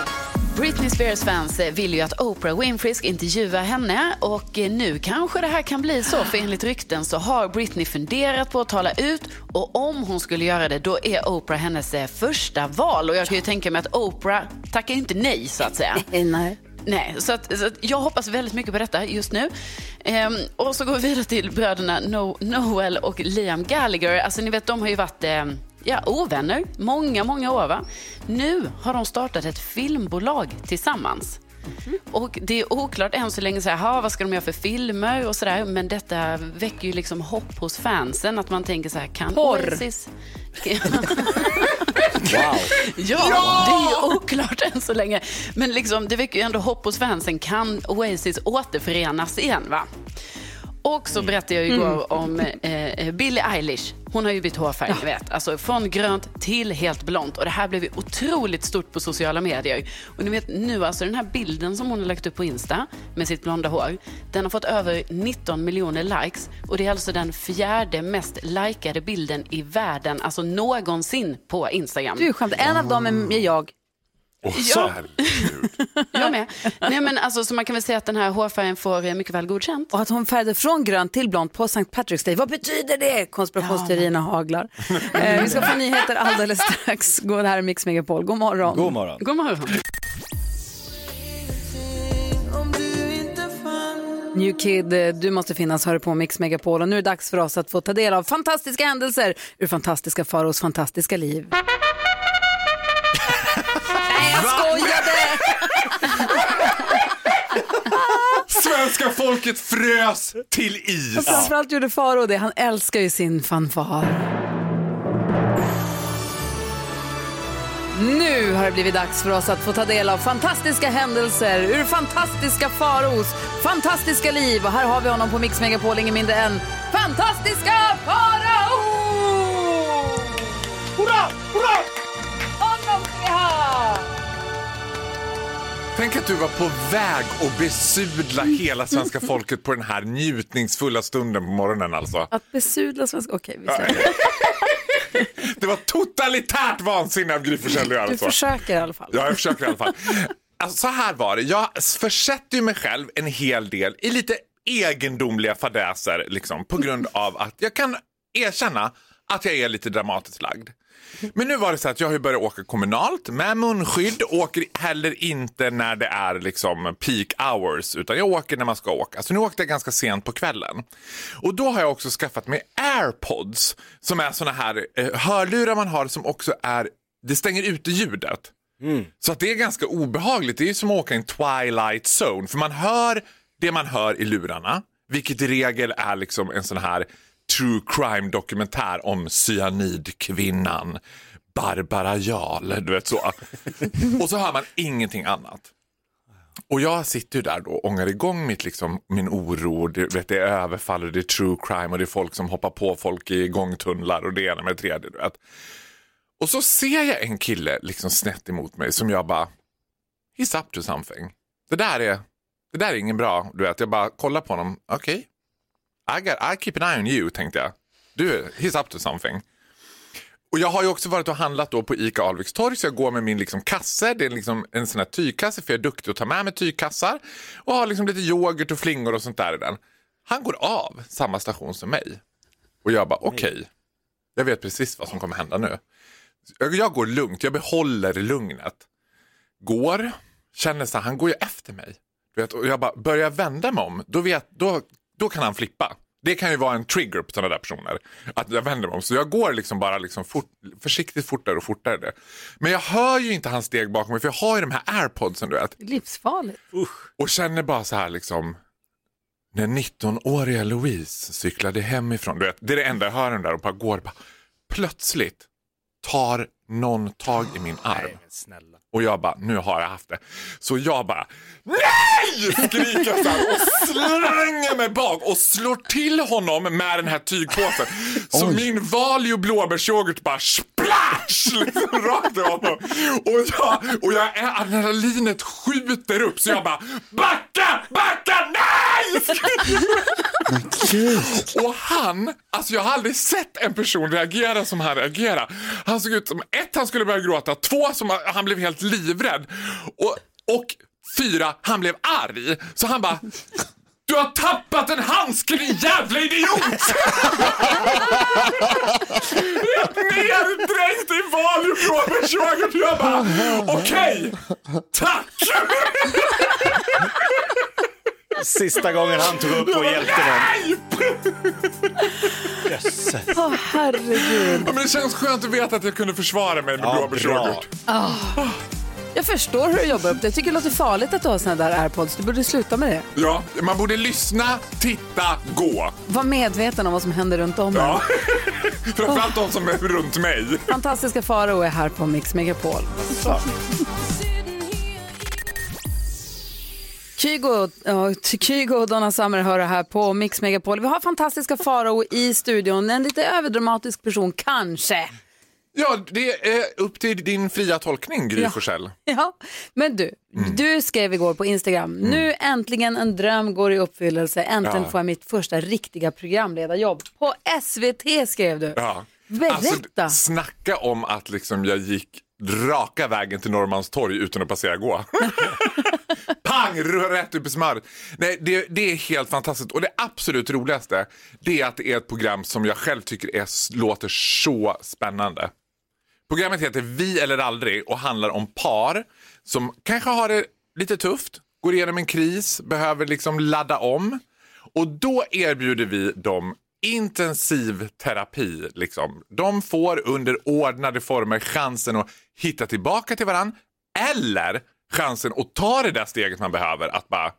Speaker 9: Britney Spears fans eh, vill ju att Oprah Winfrey ska intervjua henne och eh, nu kanske det här kan bli så för enligt rykten så har Britney funderat på att tala ut och om hon skulle göra det då är Oprah hennes eh, första val och jag kan ju tänka mig att Oprah tackar ju inte nej så att säga.
Speaker 2: Eh, Nej.
Speaker 9: Nej, så, att, så att jag hoppas väldigt mycket på detta just nu. Ehm, och så går vi vidare till bröderna no- Noel och Liam Gallagher. Alltså ni vet, de har ju varit ehm, ja, ovänner många, många år. Va? Nu har de startat ett filmbolag tillsammans. Och det är oklart än så länge så här, "Ha, vad ska de göra för filmer och sådär. Men detta väcker ju liksom hopp hos fansen att man tänker så här, kan
Speaker 2: Porr.
Speaker 9: Oasis... Ja, det är ju oklart än så länge. Men liksom, det väcker ju ändå hopp hos fansen. Kan Oasis återförenas igen? va? Och så berättade jag ju igår om eh, eh, Billie Eilish. Hon har ju bytt hårfärg, ni vet. Alltså från grönt till helt blont. Och det här blev ju otroligt stort på sociala medier. Och ni vet nu, alltså den här bilden som hon har lagt upp på Insta med sitt blonda hår. Den har fått över 19 miljoner likes. Och det är alltså den fjärde mest likade bilden i världen, alltså någonsin på Instagram.
Speaker 2: Du skämtar, en av dem är är jag.
Speaker 9: Ja. Jag med. Nej, men alltså, så man kan väl säga att den här hårfärgen får eh, mycket väl godkänt.
Speaker 2: Och att hon färgade från grönt till blont på St. Patrick's Day. Vad betyder det? Konspirationsteorierna haglar. Eh, vi ska få nyheter alldeles strax. Gå det här är Mix Megapol. God morgon.
Speaker 3: God morgon.
Speaker 9: God morgon.
Speaker 2: New Kid, eh, du måste finnas, hör på Mix Megapol. Och nu är det dags för oss att få ta del av fantastiska händelser ur fantastiska Faros fantastiska liv. Nej, jag skojade!
Speaker 10: Svenska folket frös till
Speaker 2: Och
Speaker 10: is.
Speaker 2: framförallt gjorde Faro det, han älskar ju sin fanfar. Nu har det blivit dags för oss att få ta del av fantastiska händelser ur fantastiska Faros fantastiska liv. Och här har vi honom på Mix Megapol, ingen mindre än fantastiska Farao! Hurra, hurra! Honom ska vi ha!
Speaker 10: Tänk att du var på väg att besudla hela svenska folket på den här njutningsfulla stunden på morgonen alltså.
Speaker 2: Att besudla svenska... Okej, vi säger
Speaker 10: Det var totalitärt vansinne av Gry Forssell att göra
Speaker 2: Du
Speaker 10: så.
Speaker 2: försöker i alla fall.
Speaker 10: Ja, jag försöker i alla fall. Alltså, så här var det, jag försätter ju mig själv en hel del i lite egendomliga fadäser liksom, på grund av att jag kan erkänna att jag är lite dramatiskt lagd. Men nu var det så att jag har ju börjat åka kommunalt med munskydd. Åker heller inte när det är liksom peak hours utan jag åker när man ska åka. Så nu åkte jag ganska sent på kvällen. Och då har jag också skaffat mig airpods som är såna här eh, hörlurar man har som också är, det stänger ute ljudet. Så att det är ganska obehagligt. Det är ju som att åka i en twilight zone. För man hör det man hör i lurarna. Vilket i regel är liksom en sån här true crime dokumentär om cyanidkvinnan Barbara Jarl. Du vet så. Och så hör man ingenting annat. Och jag sitter ju där då och ångar igång mitt, liksom, min oro. Det, vet, det är överfall och det är true crime och det är folk som hoppar på folk i gångtunnlar och det ena med det tredje. Du vet. Och så ser jag en kille liksom snett emot mig som jag bara, he's up to something. Det där är, det där är ingen bra. Du vet, jag bara kollar på honom. Okej, I, got, I keep an eye on you tänkte jag. Du, he's up to something. Och jag har ju också varit och handlat då på ICA Alviks torg så jag går med min liksom kasse, det är liksom en sån här tygkasse för jag är duktig att ta med mig tygkassar och har liksom lite yoghurt och flingor och sånt där i den. Han går av samma station som mig och jag bara okej, jag vet precis vad som kommer hända nu. Jag, jag går lugnt, jag behåller lugnet. Går, känner så här, han går ju efter mig. Du vet, och jag bara, börjar jag vända mig om, då, vet, då, då kan han flippa. Det kan ju vara en trigger på sådana där personer. Att jag vänder mig om. Så jag går liksom bara liksom fort, försiktigt fortare och fortare. Där. Men jag hör ju inte hans steg bakom mig för jag har ju de här airpodsen du vet.
Speaker 2: Livsfarligt.
Speaker 10: Och känner bara så här liksom. När 19-åriga Louise cyklade hemifrån. Du vet, det är det enda jag hör den där och bara går. Bara, plötsligt tar någon tag i min arm. Och jag bara, nu har jag haft det. Så jag bara, NEJ! Skriker jag så här och slänger mig bak och slår till honom med den här tygpåsen. Så min Valio blåbärsyoghurt bara splash! Liksom rakt i honom. Och jag, och jag är, adrenalinet skjuter upp så jag bara, backa, backa, nej! Och han, alltså jag har aldrig sett en person reagera som han reagerade. Han såg ut som ett, han skulle börja gråta, två, som han blev helt livrädd och, och fyra, han blev arg. Så han bara, du har tappat en handske din jävla idiot! Helt Neddränkt i valiumblåbärsyoghurt. Jag bara, okej, tack!
Speaker 3: Sista gången han tog upp och hjälpte någon.
Speaker 2: Åh, herregud.
Speaker 10: Ja, men det känns skönt att veta att jag kunde försvara mig med
Speaker 3: Ja,
Speaker 10: blåbärsyoghurt.
Speaker 2: Ah. Jag förstår hur du jobbar upp det. Jag tycker det låter farligt att du har såna där airpods. Du borde sluta med det.
Speaker 10: Ja, man borde lyssna, titta, gå.
Speaker 2: Var medveten om vad som händer runt om
Speaker 10: Ja.
Speaker 2: en.
Speaker 10: Framförallt de som är runt mig.
Speaker 2: Fantastiska Farao är här på Mix Megapol. Kygo, ja, Ty- Kygo och Donna Summer hör det här på Mix Megapol. Vi har fantastiska Farao i studion. En lite överdramatisk person, kanske.
Speaker 10: Ja, det är upp till din fria tolkning, Gry
Speaker 2: Ja.
Speaker 10: Forssell.
Speaker 2: Ja, men du,
Speaker 10: Mm.
Speaker 2: du skrev igår på Instagram, nu äntligen en dröm går i uppfyllelse, äntligen
Speaker 10: Ja.
Speaker 2: får jag mitt första riktiga programledarjobb. På SVT skrev du.
Speaker 10: Ja.
Speaker 2: Berätta.
Speaker 10: Alltså, snacka om att liksom jag gick raka vägen till Norrmalmstorg utan att passera gå. Pang! r- Rätt upp i smöret. Nej, det, det är helt fantastiskt. Och det absolut roligaste det är att det är ett program som jag själv tycker är, låter så spännande. Programmet heter Vi eller aldrig och handlar om par som kanske har det lite tufft, går igenom en kris, behöver liksom ladda om. Och då erbjuder vi dem intensiv terapi. Liksom. De får under ordnade former chansen att hitta tillbaka till varandra eller chansen att ta det där steget man behöver att bara,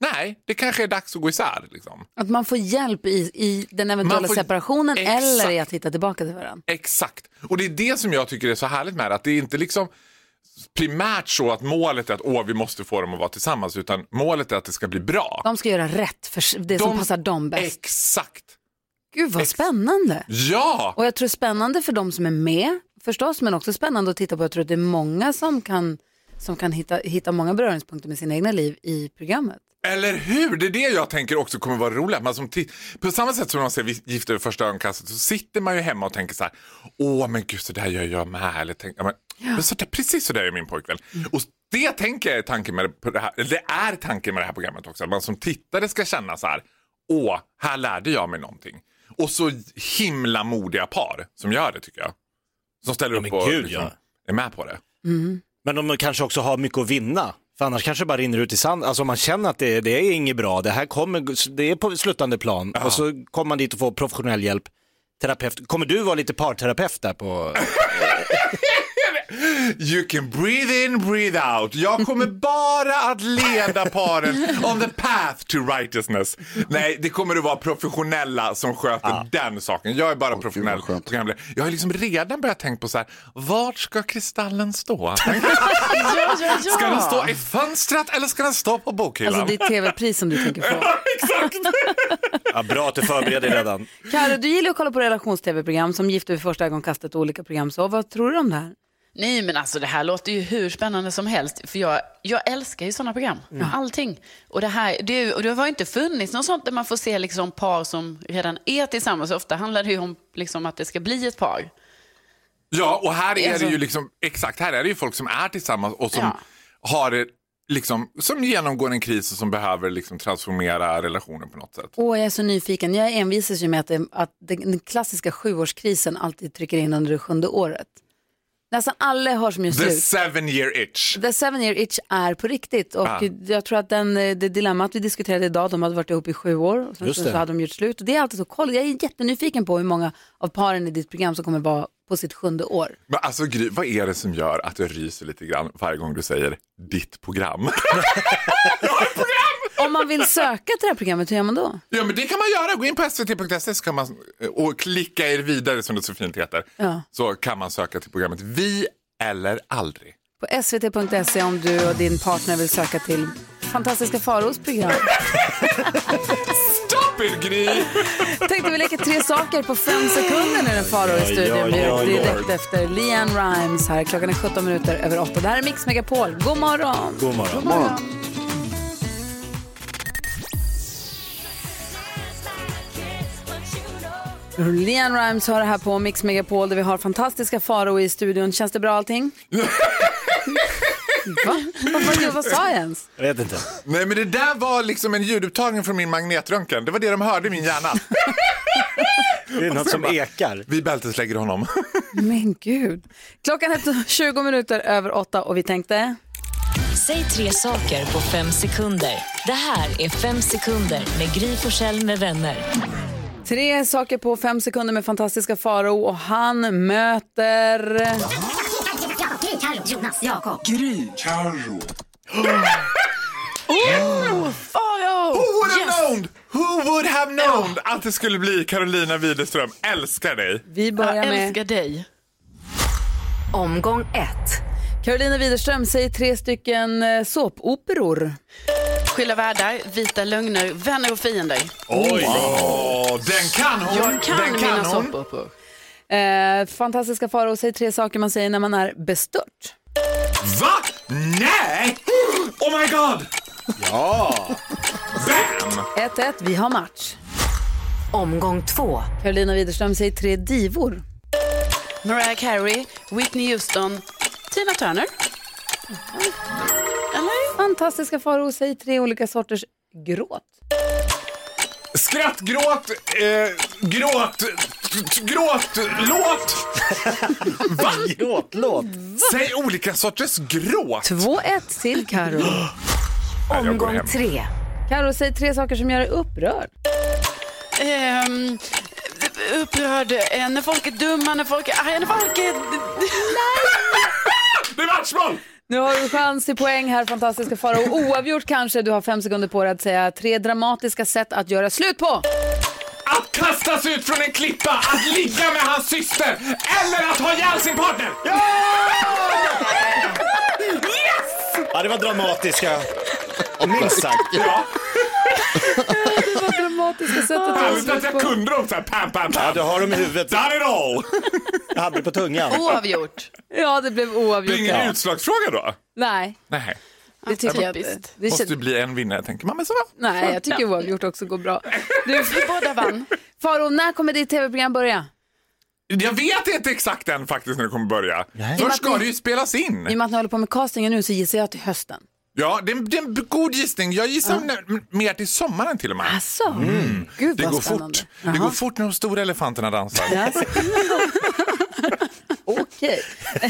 Speaker 10: nej, det kanske är dags att gå isär. Liksom.
Speaker 2: Att man får hjälp i, i den eventuella
Speaker 10: Man får-
Speaker 2: separationen
Speaker 10: Exakt.
Speaker 2: eller i att hitta tillbaka till varandra.
Speaker 10: Exakt. Och det är det som jag tycker är så härligt med det. Att det är inte liksom primärt så att målet är att åh, vi måste få dem att vara tillsammans. Utan målet är att det ska bli bra.
Speaker 2: De ska göra rätt för det som
Speaker 10: De-
Speaker 2: passar dem bäst.
Speaker 10: Exakt.
Speaker 2: Gud vad spännande.
Speaker 10: Ja!
Speaker 2: Och jag tror spännande för de som är med förstås, men också spännande att titta på. Jag tror att det är många som kan, som kan hitta, hitta många beröringspunkter med sina egna liv i programmet.
Speaker 10: Eller hur? Det är det jag tänker också kommer vara roligt. Att Man som titt- på samma sätt som man ser Vi- Gift över första ögonkastet så sitter man ju hemma och tänker så här. Åh, men gud, så där gör jag med. Eller tänk, ja, men, men så där, precis så där gör min pojkvän.
Speaker 3: Mm.
Speaker 10: Och det tänker jag är tanken med det, på det här. eller Det är tanken med det här programmet också. Att man som tittare ska känna så här. Åh, här lärde jag mig någonting. Och så himla modiga par som gör det tycker jag. Som ställer upp och liksom
Speaker 3: gud, ja.
Speaker 10: är med på det.
Speaker 3: Men de kanske också har mycket att vinna. För annars kanske det bara rinner ut i sand. Alltså om man känner att det, det är inget bra, det här kommer, det är på sluttande plan. Och så kommer man dit och får professionell hjälp. Terapeut. Kommer du vara lite parterapeut där på...
Speaker 10: You can breathe in, breathe out. Jag kommer bara att leda paren on the path to righteousness. Nej, det kommer att vara professionella som sköter
Speaker 11: Ah.
Speaker 10: den saken. Jag är bara professionell programledare. Jag har liksom redan börjat tänka på så här, vart ska kristallen stå?
Speaker 11: ja, ja, ja.
Speaker 10: Ska den stå i fönstret eller ska den stå på bokhyllan?
Speaker 2: Alltså ditt tv-pris som du tänker på.
Speaker 3: Ja, bra att du förbereder dig redan.
Speaker 2: Karo, du gillar att kolla på relations-tv-program som Gift vid första ögonkastet och olika program. Så vad tror du om det här?
Speaker 9: Nej, men alltså det här låter ju hur spännande som helst. För jag, jag älskar ju sådana program. Allting. Och det, här, det, är ju- och det har ju inte funnits något sånt där man får se liksom par som redan är tillsammans. Ofta handlar det ju om liksom att det ska bli ett par.
Speaker 10: Ja, och här är
Speaker 9: Alltså-
Speaker 10: det ju liksom, exakt, här är det ju folk som är tillsammans och som
Speaker 9: Ja.
Speaker 10: har det, liksom, som genomgår en kris och som behöver liksom transformera relationen på något sätt.
Speaker 2: Åh, jag är så nyfiken. Jag envisas ju med att, det, att den den klassiska sjuårskrisen alltid trycker in under det sjunde året. Nästan alla hörs som just
Speaker 10: The
Speaker 2: nu.
Speaker 10: seven year itch.
Speaker 2: The seven year itch är på riktigt och
Speaker 10: Ah.
Speaker 2: jag tror att den, eh, det dilemmat vi diskuterade idag, de hade varit ihop i sju år och sen
Speaker 10: Just
Speaker 2: så
Speaker 10: det.
Speaker 2: hade de gjort slut. Och Det är alltid så koll. Jag är jättenyfiken på hur många av paren i ditt program som kommer vara på sitt sjunde år.
Speaker 10: Men alltså Gry, vad är det som gör att jag ryser lite grann varje gång du säger ditt program?
Speaker 2: Om man vill söka till det här programmet, hur gör man då?
Speaker 10: ja men det kan man göra, gå in på svt.se E så kan man, och klicka er vidare som det så fint heter.
Speaker 2: Ja.
Speaker 10: Så kan man söka till programmet Vi eller aldrig.
Speaker 2: På svt.se om du och din partner vill söka till Fantastiska Faros program.
Speaker 10: Stop it Gry!
Speaker 2: Tänkte vi leker tre saker på fem sekunder nu när Farao i
Speaker 10: Ja,
Speaker 2: studion
Speaker 10: ja, ja,
Speaker 2: bjuder direkt
Speaker 10: Lord.
Speaker 2: efter Leanne Rimes här. Klockan är 17 minuter över 8. Det här är Mix Megapol. God morgon!
Speaker 3: God morgon.
Speaker 2: God morgon. Leanne Rimes har det här på Mix Megapol där vi har fantastiska Farao i studion. Känns det bra allting? Va? Vad, vad, vad sa jag ens?
Speaker 3: Jag vet inte.
Speaker 10: Nej men det där var liksom en ljudupptagning från min magnetröntgen. Det var det de hörde i min hjärna.
Speaker 3: Det är något som ekar.
Speaker 10: Vi bälteslägger honom.
Speaker 2: Men gud. Klockan är 20 minuter över 8 och vi tänkte...
Speaker 12: Säg tre saker på fem sekunder. Det här är Fem sekunder med Gry Forssell med vänner.
Speaker 2: Tre saker på fem sekunder med fantastiska Faro och han möter...
Speaker 5: Jonas, Jakob.
Speaker 2: Gry.
Speaker 5: Carro.
Speaker 10: Oh,
Speaker 2: Faro!
Speaker 9: Oh,
Speaker 10: Who would have known? Who would have known att det skulle bli Carolina Widerström? Älskar dig.
Speaker 2: Vi börjar
Speaker 7: Jag
Speaker 2: med...
Speaker 7: älskar dig.
Speaker 2: Omgång ett. Carolina Widerström säger tre stycken eh, såpoperor.
Speaker 7: Skilda världar, vita lögner, vänner och fiender.
Speaker 10: Oj! den kan hon!
Speaker 7: Jag kan
Speaker 10: den kan
Speaker 7: mina
Speaker 10: hon.
Speaker 7: såpopperor.
Speaker 2: Eh, fantastiska Faro säger tre saker man säger när man är bestört.
Speaker 10: Va? Nej! Oh my god! Ja! Bam!
Speaker 2: 1-1, vi har match. Omgång två. Carolina Widerström säger tre divor.
Speaker 7: Mariah Carey, Whitney Houston, Tina Turner.
Speaker 2: Fantastiska Faro säger tre olika sorters gråt.
Speaker 10: Skratt, gråt, eh, gråt, t- gråt, låt! Va?
Speaker 3: Gråt, låt.
Speaker 10: Säg olika sorters gråt.
Speaker 2: 2-1 till Karo.
Speaker 10: Nej, jag går hem.
Speaker 2: Karo säger tre saker som gör dig upprörd.
Speaker 7: Ehm, upprörd, eh, när folk är dumma, när folk är arga, när folk är...
Speaker 10: Det är matchboll!
Speaker 2: Nu har du chans till poäng här, fantastiska Faro. Oavgjort kanske. Du har fem sekunder på dig att säga tre dramatiska sätt att göra slut på.
Speaker 10: Att kastas ut från en klippa, att ligga med hans syster eller att ha ihjäl sin partner! Ja!
Speaker 3: Ja, det var dramatiska. Minst sagt.
Speaker 10: Ja.
Speaker 2: Det var dramatiska sätt att göra
Speaker 10: Härligt att
Speaker 2: slut
Speaker 10: jag
Speaker 2: på.
Speaker 10: kunde dem såhär pam, pam, pam.
Speaker 3: Ja, du har dem i huvudet.
Speaker 10: Done it all!
Speaker 3: Jag hade det på tungan.
Speaker 2: Oavgjort. Ja, det
Speaker 10: Det
Speaker 2: blev
Speaker 10: är
Speaker 2: oavgjort.
Speaker 10: ingen utslagsfråga då?
Speaker 2: Nej,
Speaker 10: Nej.
Speaker 2: det tycker jag inte. Det
Speaker 10: Måste
Speaker 2: kän-
Speaker 10: det bli en vinnare? Jag tänker man, men så bra.
Speaker 2: Nej, jag tycker oavgjort också går bra. Du, båda vann. Faro, när kommer ditt tv-program börja?
Speaker 10: Jag vet inte exakt än faktiskt när det kommer börja. Först ska det ju spelas in.
Speaker 2: I och med att ni håller på med castingen nu så gissar jag till hösten.
Speaker 10: Ja, det är, en, det är en god gissning. Jag gissar nä- m- mer till sommaren till och med.
Speaker 2: Asså?
Speaker 10: Mm.
Speaker 2: Gud,
Speaker 10: det
Speaker 2: vad
Speaker 10: går
Speaker 2: Ah, spännande.
Speaker 10: fort. Det går fort när de stora elefanterna dansar.
Speaker 2: Okej.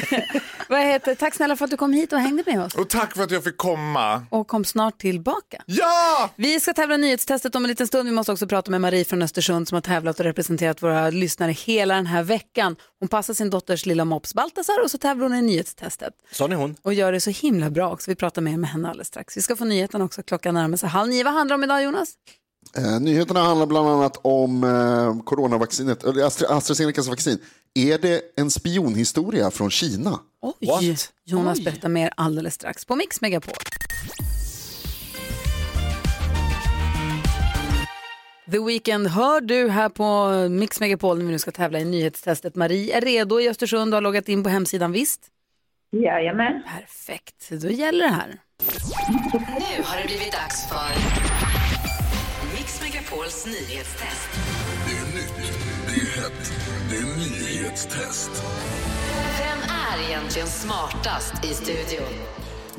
Speaker 2: Vad heter, tack snälla för att du kom hit och hängde med oss.
Speaker 10: Och tack för att jag fick komma.
Speaker 2: Och kom snart tillbaka.
Speaker 10: Ja!
Speaker 2: Vi ska tävla nyhetstestet om en liten stund. Vi måste också prata med Marie från Östersund som har tävlat och representerat våra lyssnare hela den här veckan. Hon passar sin dotters lilla mops Baltasar och så tävlar hon i nyhetstestet.
Speaker 3: Sa ni hon?
Speaker 2: Och gör det så himla bra också. Vi pratar mer med henne alldeles strax. Vi ska få nyheten också. Klockan närmar sig halv nio. Vad handlar det om idag Jonas?
Speaker 4: Eh, nyheterna handlar bland annat om eh, coronavaccinet, eller Astra, AstraZenecas vaccin. Är det en spionhistoria från Kina?
Speaker 2: Oj! Jonas berättar mer alldeles strax på Mix Megapol. The Weeknd hör du här på Mix Megapol när vi nu ska tävla i nyhetstestet. Marie är redo i Östersund och har loggat in på hemsidan visst?
Speaker 13: Jajamän.
Speaker 2: Perfekt, då gäller det här.
Speaker 14: Nu har det blivit dags för Mix Megapols nyhetstest.
Speaker 5: Det är nytt, det är hett, det är nyhetstest.
Speaker 14: Vem är egentligen smartast i studion?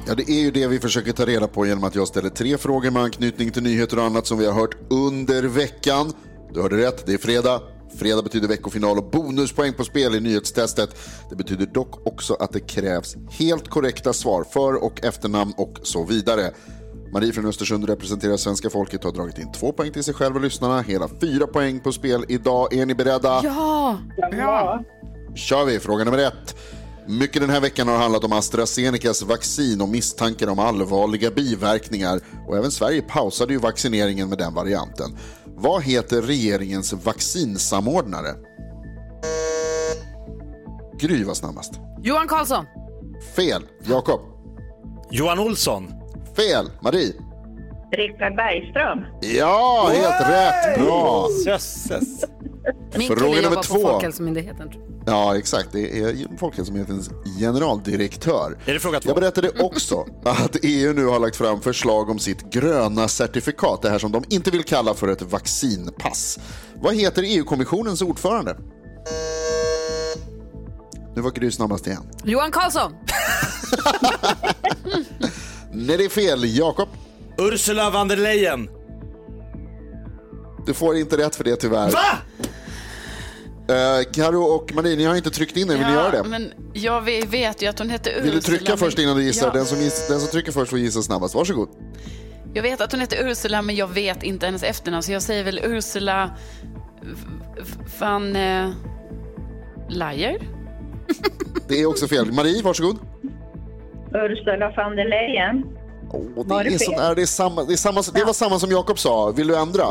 Speaker 4: Ja, det är ju det vi försöker ta reda på genom att jag ställer tre frågor med anknytning till nyheter och annat som vi har hört under veckan. Du hörde rätt, det är fredag. Fredag betyder veckofinal och bonuspoäng på spel i nyhetstestet. Det betyder dock också att det krävs helt korrekta svar för och efternamn och så vidare. Marie från Östersund representerar svenska folket och har dragit in två poäng till sig själv och lyssnarna. Hela fyra poäng på spel idag. Är ni beredda?
Speaker 2: Ja!
Speaker 13: Ja!
Speaker 4: kör vi. Fråga nummer ett. Mycket den här veckan har handlat om AstraZenecas vaccin och misstankar om allvarliga biverkningar. Och även Sverige pausade ju vaccineringen med den varianten. Vad heter regeringens vaccinsamordnare? Gry var snabbast.
Speaker 2: Johan Karlsson.
Speaker 4: Fel. Jakob. Johan Olsson. Fel. Marie.
Speaker 13: Rickard Bergström.
Speaker 4: Ja, helt rätt. Bra.
Speaker 3: Jösses.
Speaker 2: Min kille
Speaker 4: Fråga nummer
Speaker 2: jobbar på
Speaker 4: två.
Speaker 2: Folkhälsomyndigheten. tror jag.
Speaker 4: Ja, exakt. Det är ju Folkhälsomyndighetens generaldirektör.
Speaker 3: Är det fråga två?
Speaker 4: Jag berättade också att EU nu har lagt fram förslag om sitt gröna certifikat, det här som de inte vill kalla för ett vaccinpass. Vad heter EU-kommissionens ordförande? Nu var Gry snabbast igen.
Speaker 2: Johan Karlsson.
Speaker 4: Nej, det är fel. Jakob?
Speaker 3: Ursula von der Leyen.
Speaker 4: Du får inte rätt för det tyvärr. Va? Karo och Marie, ni har inte tryckt in er. Vill ni göra det?
Speaker 7: Men jag ve- vet ju att hon heter Ursula.
Speaker 4: Vill du trycka
Speaker 7: men-
Speaker 4: först innan du gissar?
Speaker 7: Ja.
Speaker 4: Den, som giss, den som trycker först får gissa snabbast. Varsågod.
Speaker 7: Jag vet att hon heter Ursula, men jag vet inte hennes efternamn. Så jag säger väl Ursula v- v- van... Eh, Liar?
Speaker 4: Det är också fel. Marie, varsågod.
Speaker 13: Ursula von der Leyen.
Speaker 4: Och det,
Speaker 13: Var det
Speaker 4: är
Speaker 13: fel?
Speaker 4: sån här, det, är samma, det, är samma, det var samma som Jakob sa. Vill du ändra?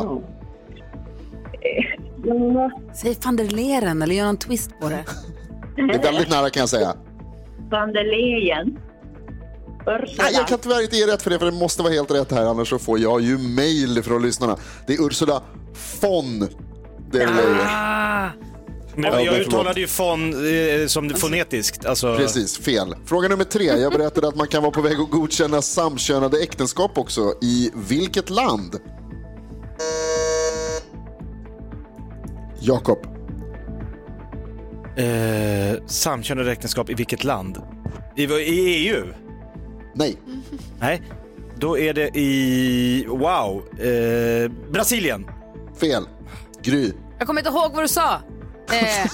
Speaker 2: Säg van der Leeren eller gör någon twist på det.
Speaker 4: Det är väldigt nära kan jag säga.
Speaker 13: Van der Leyen. Ursula.
Speaker 4: Nej, jag kan tyvärr inte ge rätt för det, för det måste vara helt rätt här. Annars så får jag ju mail från lyssnarna. Det är Ursula von der Leyen.
Speaker 3: Nej,
Speaker 4: Ja,
Speaker 3: men jag
Speaker 4: men förlåt.
Speaker 3: uttalade ju fon, eh, som fonetiskt. Alltså...
Speaker 4: Precis, fel. Fråga nummer tre. Jag berättade att man kan vara på väg att godkänna samkönade äktenskap också. I vilket land? Jakob.
Speaker 3: Eh, samkönade äktenskap i vilket land? I,
Speaker 4: E
Speaker 3: I EU?
Speaker 4: Nej.
Speaker 3: Nej, då är det i... Wow. Eh, Brasilien.
Speaker 4: Fel. Gry.
Speaker 2: Jag kommer inte ihåg vad du sa. Eh.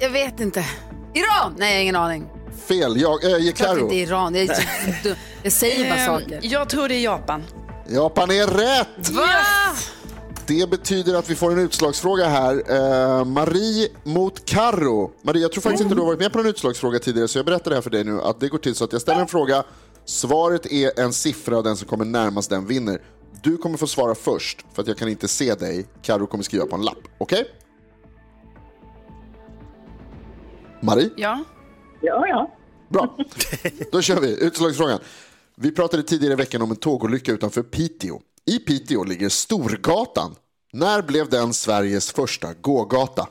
Speaker 2: jag vet inte. Iran? Nej, jag har ingen aning.
Speaker 4: Fel. Jag, äh,
Speaker 2: Klart
Speaker 4: Karo.
Speaker 2: inte Iran. Jag, du, jag säger bara
Speaker 7: Ehm,
Speaker 2: saker.
Speaker 7: Jag tror det är Japan.
Speaker 4: Japan är rätt!
Speaker 2: Va?
Speaker 4: Det betyder att vi får en utslagsfråga här. Eh, Marie mot Karo. Marie, jag tror faktiskt inte du har varit med på en utslagsfråga tidigare, så jag berättar det här för dig nu. Att det går till så att jag ställer en fråga, svaret är en siffra och den som kommer närmast den vinner. Du kommer få svara först, för att jag kan inte se dig. Karo kommer skriva på en lapp. Okej? Marie?
Speaker 7: Ja.
Speaker 13: Ja, ja.
Speaker 4: Bra, då kör vi. Utslagsfrågan. Vi pratade tidigare i veckan om en tågolycka utanför Piteå. I Piteå ligger Storgatan. När blev den Sveriges första gågata?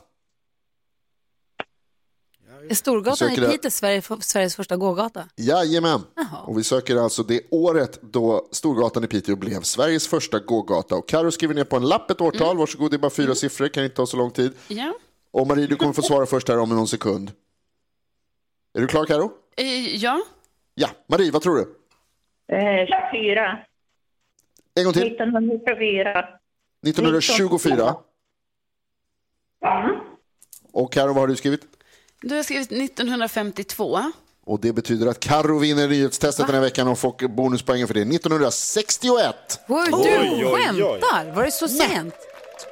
Speaker 2: Är Storgatan i
Speaker 4: Försöker det-
Speaker 2: Piteå Sverige, Sveriges första gågata?
Speaker 4: Jajamän. Och vi söker alltså det året då Storgatan i Piteå blev Sveriges första gågata. Och Karo skriver ner på en lapp ett årtal. Varsågod, det är bara fyra siffror. Kan inte ta så lång tid.
Speaker 7: Ja.
Speaker 4: Och Marie, du kommer få svara först här om någon sekund. Är du klar, Karo?
Speaker 7: Eh, ja.
Speaker 4: Ja. Marie, vad tror du?
Speaker 13: Eh, 24.
Speaker 4: En gång till.
Speaker 13: 1924.
Speaker 4: 1924. Och Karo, vad har du skrivit?
Speaker 7: Du har jag skrivit 1952.
Speaker 4: Och det betyder att Karo vinner nyhetstestet den här veckan och får bonuspoängen för det. 1961!
Speaker 2: Wow, du
Speaker 4: Oj, oj, oj.
Speaker 2: skämtar? Var det så sent?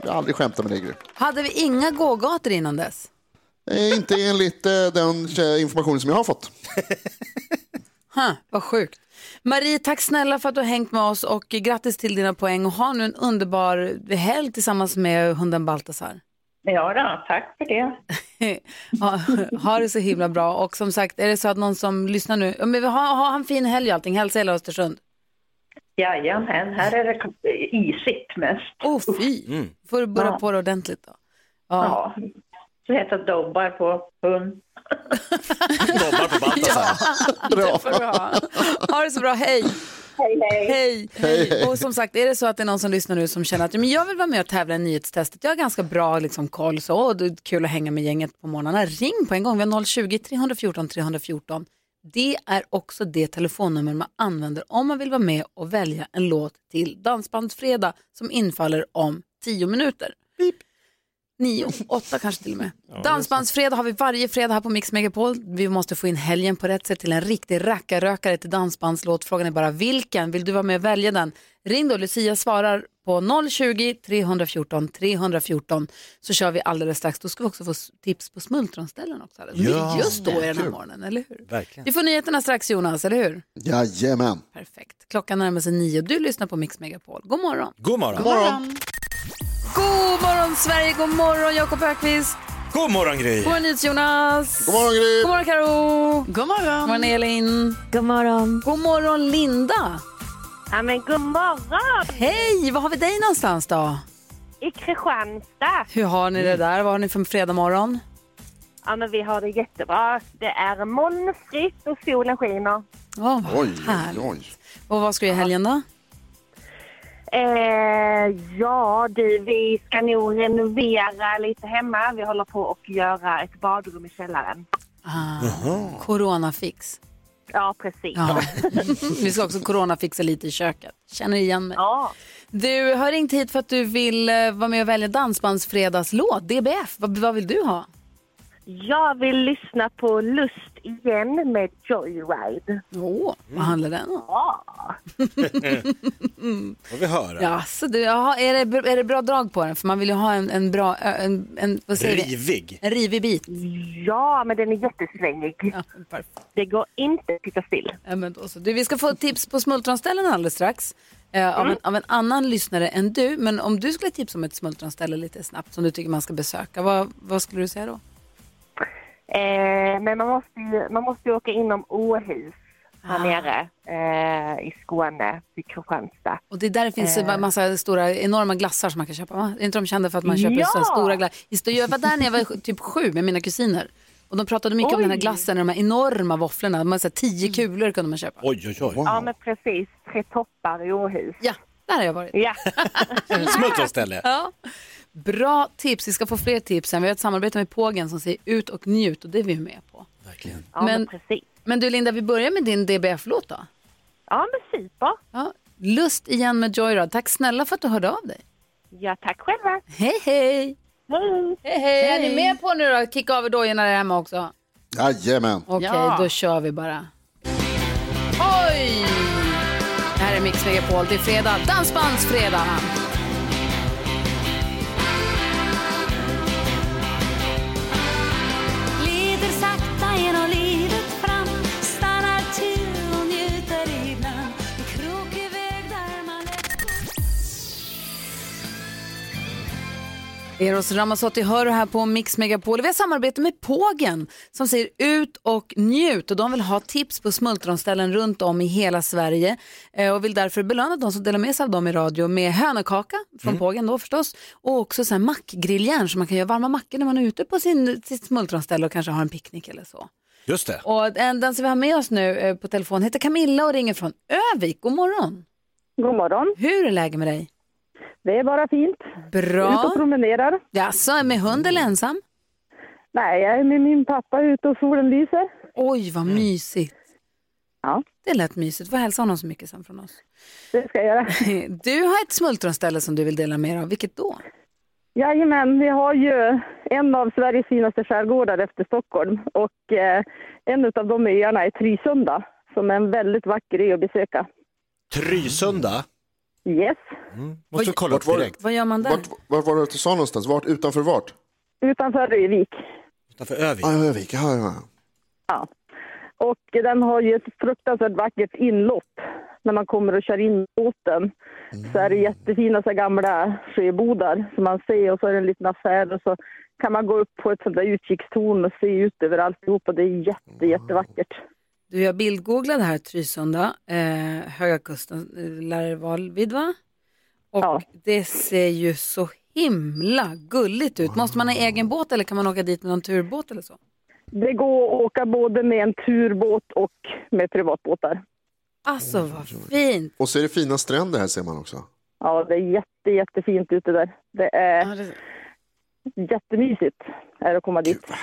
Speaker 4: Jag har aldrig skämtat med dig, Gry.
Speaker 2: Hade vi inga gågator innan dess?
Speaker 4: Eh, Inte enligt eh, den eh, informationen som jag har fått.
Speaker 2: Huh, vad sjukt. Marie, tack snälla för att du har hängt med oss och grattis till dina poäng och ha nu en underbar helg tillsammans med hunden Baltasar.
Speaker 13: Ja, då, tack för det.
Speaker 2: ha, ha det så himla bra och som sagt, är det så att någon som lyssnar nu, ja, men ha, ha en fin helg och allting, hälsa hela Östersund.
Speaker 13: Jajamän, här är det isigt mest.
Speaker 2: Åh oh, fy,
Speaker 4: Mm.
Speaker 2: får du burra
Speaker 13: Ja.
Speaker 2: på det ordentligt då.
Speaker 13: Ja. Så heter dobbar på hund.
Speaker 3: Dobbar på Baltasar.
Speaker 4: Bra.
Speaker 2: Ha det så bra, hej!
Speaker 13: Hej,
Speaker 2: hej.
Speaker 4: Hej, hej.
Speaker 2: Och som sagt, är det så att det är någon som lyssnar nu som känner att men jag vill vara med och tävla i nyhetstestet, jag har ganska bra liksom, koll, så åh, det är kul att hänga med gänget på morgnarna, ring på en gång, vi har 020-314 314. Det är också det telefonnummer man använder om man vill vara med och välja en låt till Dansbandsfredag som infaller om tio minuter. Nio, åtta kanske till och med.
Speaker 15: Ja, det är
Speaker 2: Dansbandsfredag har vi varje fredag här på Mix Megapol. Vi måste få in helgen på rätt sätt till en riktig rackarrökare till dansbandslåt. Frågan är bara vilken? Vill du vara med och välja den? Ring då, Lucia svarar på 020-314 314 så kör vi alldeles strax. Då ska vi också få s- tips på smultronställen också. Som
Speaker 4: Ja,
Speaker 2: vi just då i den här
Speaker 4: kul.
Speaker 2: morgonen, eller hur?
Speaker 3: Verkligen.
Speaker 2: Vi får nyheterna strax Jonas, eller hur?
Speaker 4: Jajamän.
Speaker 2: Perfekt. Klockan närmar sig nio och du lyssnar på Mix Megapol. God morgon.
Speaker 3: God morgon.
Speaker 2: God morgon Sverige, god morgon Jakob Ökvist.
Speaker 3: God morgon Gry.
Speaker 2: God morgon Jonas.
Speaker 4: God morgon Gry.
Speaker 2: God morgon Karo.
Speaker 16: God morgon.
Speaker 2: God morgon Elin.
Speaker 17: God morgon.
Speaker 2: God morgon Linda.
Speaker 17: Ja, men god morgon!
Speaker 2: Hej, var har vi dig någonstans då? Mm.
Speaker 17: I Kristianstad.
Speaker 2: Hur har ni det där? Vad har ni för fredag morgon?
Speaker 17: Ja, men vi har det jättebra. Det är molnfritt och solen skiner.
Speaker 2: Åh, vad
Speaker 4: Oj, oj,
Speaker 2: härligt.
Speaker 4: oj.
Speaker 2: Och vad ska du i helgen då?
Speaker 17: Eh, ja, du, vi ska nog renovera lite hemma. Vi håller på att göra ett badrum i källaren.
Speaker 2: Ah, coronafix.
Speaker 17: Ja, precis.
Speaker 2: Ja. Vi ska också coronafixa lite i köket. Känner igen mig. Du har ringt hit för att du vill eh, vara med och välja Dansbandsfredagslåt, DBF. Vad, vad vill du ha?
Speaker 17: Jag vill lyssna på Lust igen med Joyride.
Speaker 2: Åh, vad handlar den om?
Speaker 17: Ja.
Speaker 3: Får vi höra.
Speaker 2: Ja, så du, jaha, är, det, är det bra drag på den? För man vill ju ha en, en bra... En, en, vad säger vi?
Speaker 3: Rivig.
Speaker 2: En rivig bit.
Speaker 17: Ja, men den är jättesvängig. Det går inte att sitta still.
Speaker 2: Ja, men då så. Du, vi ska få tips på smultronställen alldeles strax. Eh, av, en,
Speaker 17: Mm.
Speaker 2: av en annan lyssnare än du. Men om du skulle tipsa om ett smultronställe lite snabbt som du tycker man ska besöka, vad, vad skulle du säga då?
Speaker 17: Eh, men man måste, ju, man måste ju åka inom Åhus här nere eh, i Skåne, vid Kristianstad.
Speaker 2: Och det är där det finns
Speaker 17: Eh.
Speaker 2: en massa stora, enorma glassar som man kan köpa. Va? Är inte de kända för att man köper
Speaker 17: Ja!
Speaker 2: så här stora glassar? Jag var där när jag var typ sju med mina kusiner. Och de pratade mycket om
Speaker 17: Oj. Mm.
Speaker 2: den här glassen och de här enorma våfflorna. De här, så här, tio kulor kunde man köpa.
Speaker 3: Oj, oj, oj.
Speaker 17: Ja, men precis. Tre toppar i Åhus.
Speaker 2: Ja, där har jag varit.
Speaker 17: Ja.
Speaker 3: Smultronställe.
Speaker 2: Ja. Bra tips. Vi ska få fler tips sen. Vi har ett samarbete med Pågen som säger ut och njut och det är vi med på.
Speaker 3: Verkligen.
Speaker 17: Ja, men
Speaker 2: precis. men du Linda, vi börjar med din DBF-låt då.
Speaker 17: Ja, men super.
Speaker 2: Ja. Lust igen med Joyride. Tack snälla för att du hörde av dig.
Speaker 17: Ja, tack själva.
Speaker 2: Hej, hej!
Speaker 17: Hej,
Speaker 2: hej! Är ni med på nu då? Kicka av er dojorna där hemma också.
Speaker 4: Jajamän.
Speaker 2: Okej, då kör vi bara. Oj! Det här är Mix Megapol. Det är fredag. Dansbandsfredag.
Speaker 7: Glider sakta genom livet fram Stannar till och njuter ibland En krokig väg där man
Speaker 2: Eros Ramazzotti hör du här på Mix Megapol. Vi har samarbete med Pågen som säger ut och njut och de vill ha tips på smultronställen runt om i hela Sverige eh, och vill därför belöna de som delar med sig av dem i radio med hönökaka från Pågen då förstås och också så här mackgrilljärn så man kan göra varma mackor när man är ute på sin, sitt smultronställe och kanske har en picknick eller så.
Speaker 3: Just det.
Speaker 2: Och den, den som vi har med oss nu eh, på telefon heter Camilla och ringer från Övik. God morgon!
Speaker 9: God morgon!
Speaker 2: Hur är läget med dig?
Speaker 9: Det är bara fint. Ut
Speaker 2: Bra!
Speaker 9: och promenerar.
Speaker 2: Jaså, med hund eller ensam?
Speaker 9: Nej, jag är med min pappa ute och solen lyser.
Speaker 2: Oj, vad mysigt.
Speaker 9: Mm. Ja.
Speaker 2: Det lät mysigt. Du får hälsa honom så mycket sen från oss.
Speaker 9: Det ska jag göra.
Speaker 2: Du har ett smultronställe som du vill dela med dig av. Vilket då?
Speaker 9: Jajamän, vi har ju en av Sveriges finaste skärgårdar efter Stockholm och eh, en av de öarna är Trysunda som är en väldigt vacker ö att besöka.
Speaker 3: Trysunda.
Speaker 9: Yes,
Speaker 3: Måste vi kolla upp
Speaker 4: Vart var-
Speaker 3: direkt.
Speaker 2: Vad gör man där?
Speaker 4: Vart, vart var det att du sa någonstans? Vart, utanför vart?
Speaker 9: utanför Rövik.
Speaker 3: Utanför Övik.
Speaker 4: Ah, Övik, ja, ja.
Speaker 9: Ja. Och den har ju ett fruktansvärt vackert inlopp. När man kommer och kör in båten så är det jättefina så här gamla sjöbodar som man ser och så är det en liten affär och så kan man gå upp på ett sånt där utkikstorn och se ut över alltihop och det är jätte, jättevackert.
Speaker 2: Du, jag bildgooglade här Trysunda, eh, Höga Kusten, eh, lär det vara vid va? Och det ser ju så himla gulligt ut. Måste man ha egen båt eller kan man åka dit med någon turbåt eller så?
Speaker 9: Det går att åka både med en turbåt och med privatbåtar.
Speaker 2: Alltså vad fint!
Speaker 4: Och så är det fina stränder här ser man också.
Speaker 9: Ja, det är jätte, jättefint ute där. Det är jättemysigt är det att komma dit.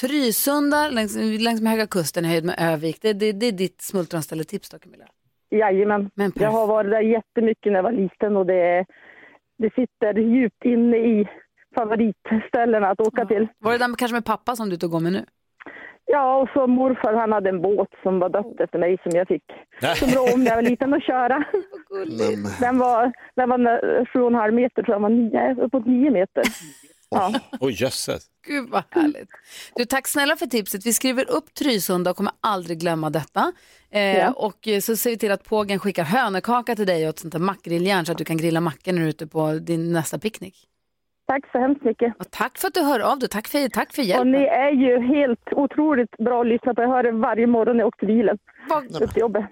Speaker 2: Trysunda längs, längs med Höga Kusten i höjd med Övik. Det, det, det är ditt smultronställetips då Camilla.
Speaker 9: Jajamän.
Speaker 2: Men
Speaker 9: jag har varit där jättemycket när jag var liten och det är det sitter djupt inne i favoritställena att åka till.
Speaker 2: Var det där med- kanske med pappa som du tog om med nu?
Speaker 9: Ja, och så morfar han hade en båt som var döpt efter mig som jag fick som rå om när jag var liten att köra. Den var, den var nä- sju och en halv meter tror jag, den var nio, uppåt nio meter. Ja.
Speaker 3: Oj, jösses.
Speaker 2: Gud vad
Speaker 9: Mm.
Speaker 2: härligt. Du, tack snälla för tipset. Vi skriver upp Trysunda och kommer aldrig glömma detta. Eh,
Speaker 9: Ja.
Speaker 2: Och eh, så ser vi till att pågen skickar hönökaka till dig och ett sånt där makrilljärn så att du kan grilla mackor när du är ute på din nästa picknick.
Speaker 9: Tack så hemskt mycket.
Speaker 2: Och tack för att du hör av dig. Tack för, tack för hjälpen.
Speaker 9: Och ni är ju helt otroligt bra att lyssna på. Jag hör er varje morgon när jag åker till bilen. Upp till jobbet.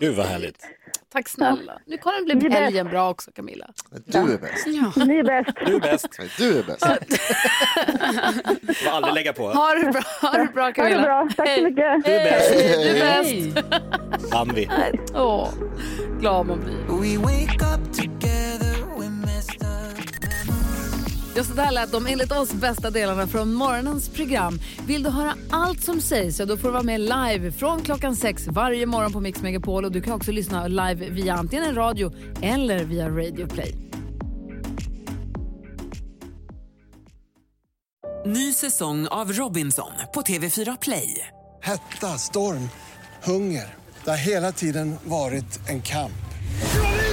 Speaker 3: Gud vad härligt.
Speaker 2: Tack snälla. Nu kommer det
Speaker 9: Ni
Speaker 2: bli
Speaker 9: är
Speaker 2: helgen bra också Camilla.
Speaker 4: Du är bäst.
Speaker 9: Ni är bäst.
Speaker 3: Du är bäst.
Speaker 4: Du är bäst.
Speaker 3: Får aldrig lägga på.
Speaker 2: Ha det bra, ha det bra Camilla.
Speaker 9: Ha det bra. Tack så mycket.
Speaker 2: Du är bäst.
Speaker 3: Hej.
Speaker 2: Du är bäst.
Speaker 3: Vann vi.
Speaker 2: Åh, glad man blir. Ja, så där lät de enligt oss bästa delarna från morgonens program. Vill du höra allt som sägs, ja, då får du vara med live från klockan sex varje morgon på Mix Megapol. Och du kan också lyssna live via antingen radio eller via Radio Play.
Speaker 18: Ny säsong av Robinson på TV4 Play.
Speaker 19: Hetta, storm, hunger. Det har hela tiden varit en kamp.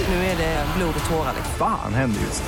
Speaker 18: Nu är det blod och tårar.
Speaker 20: Fan händer just nu.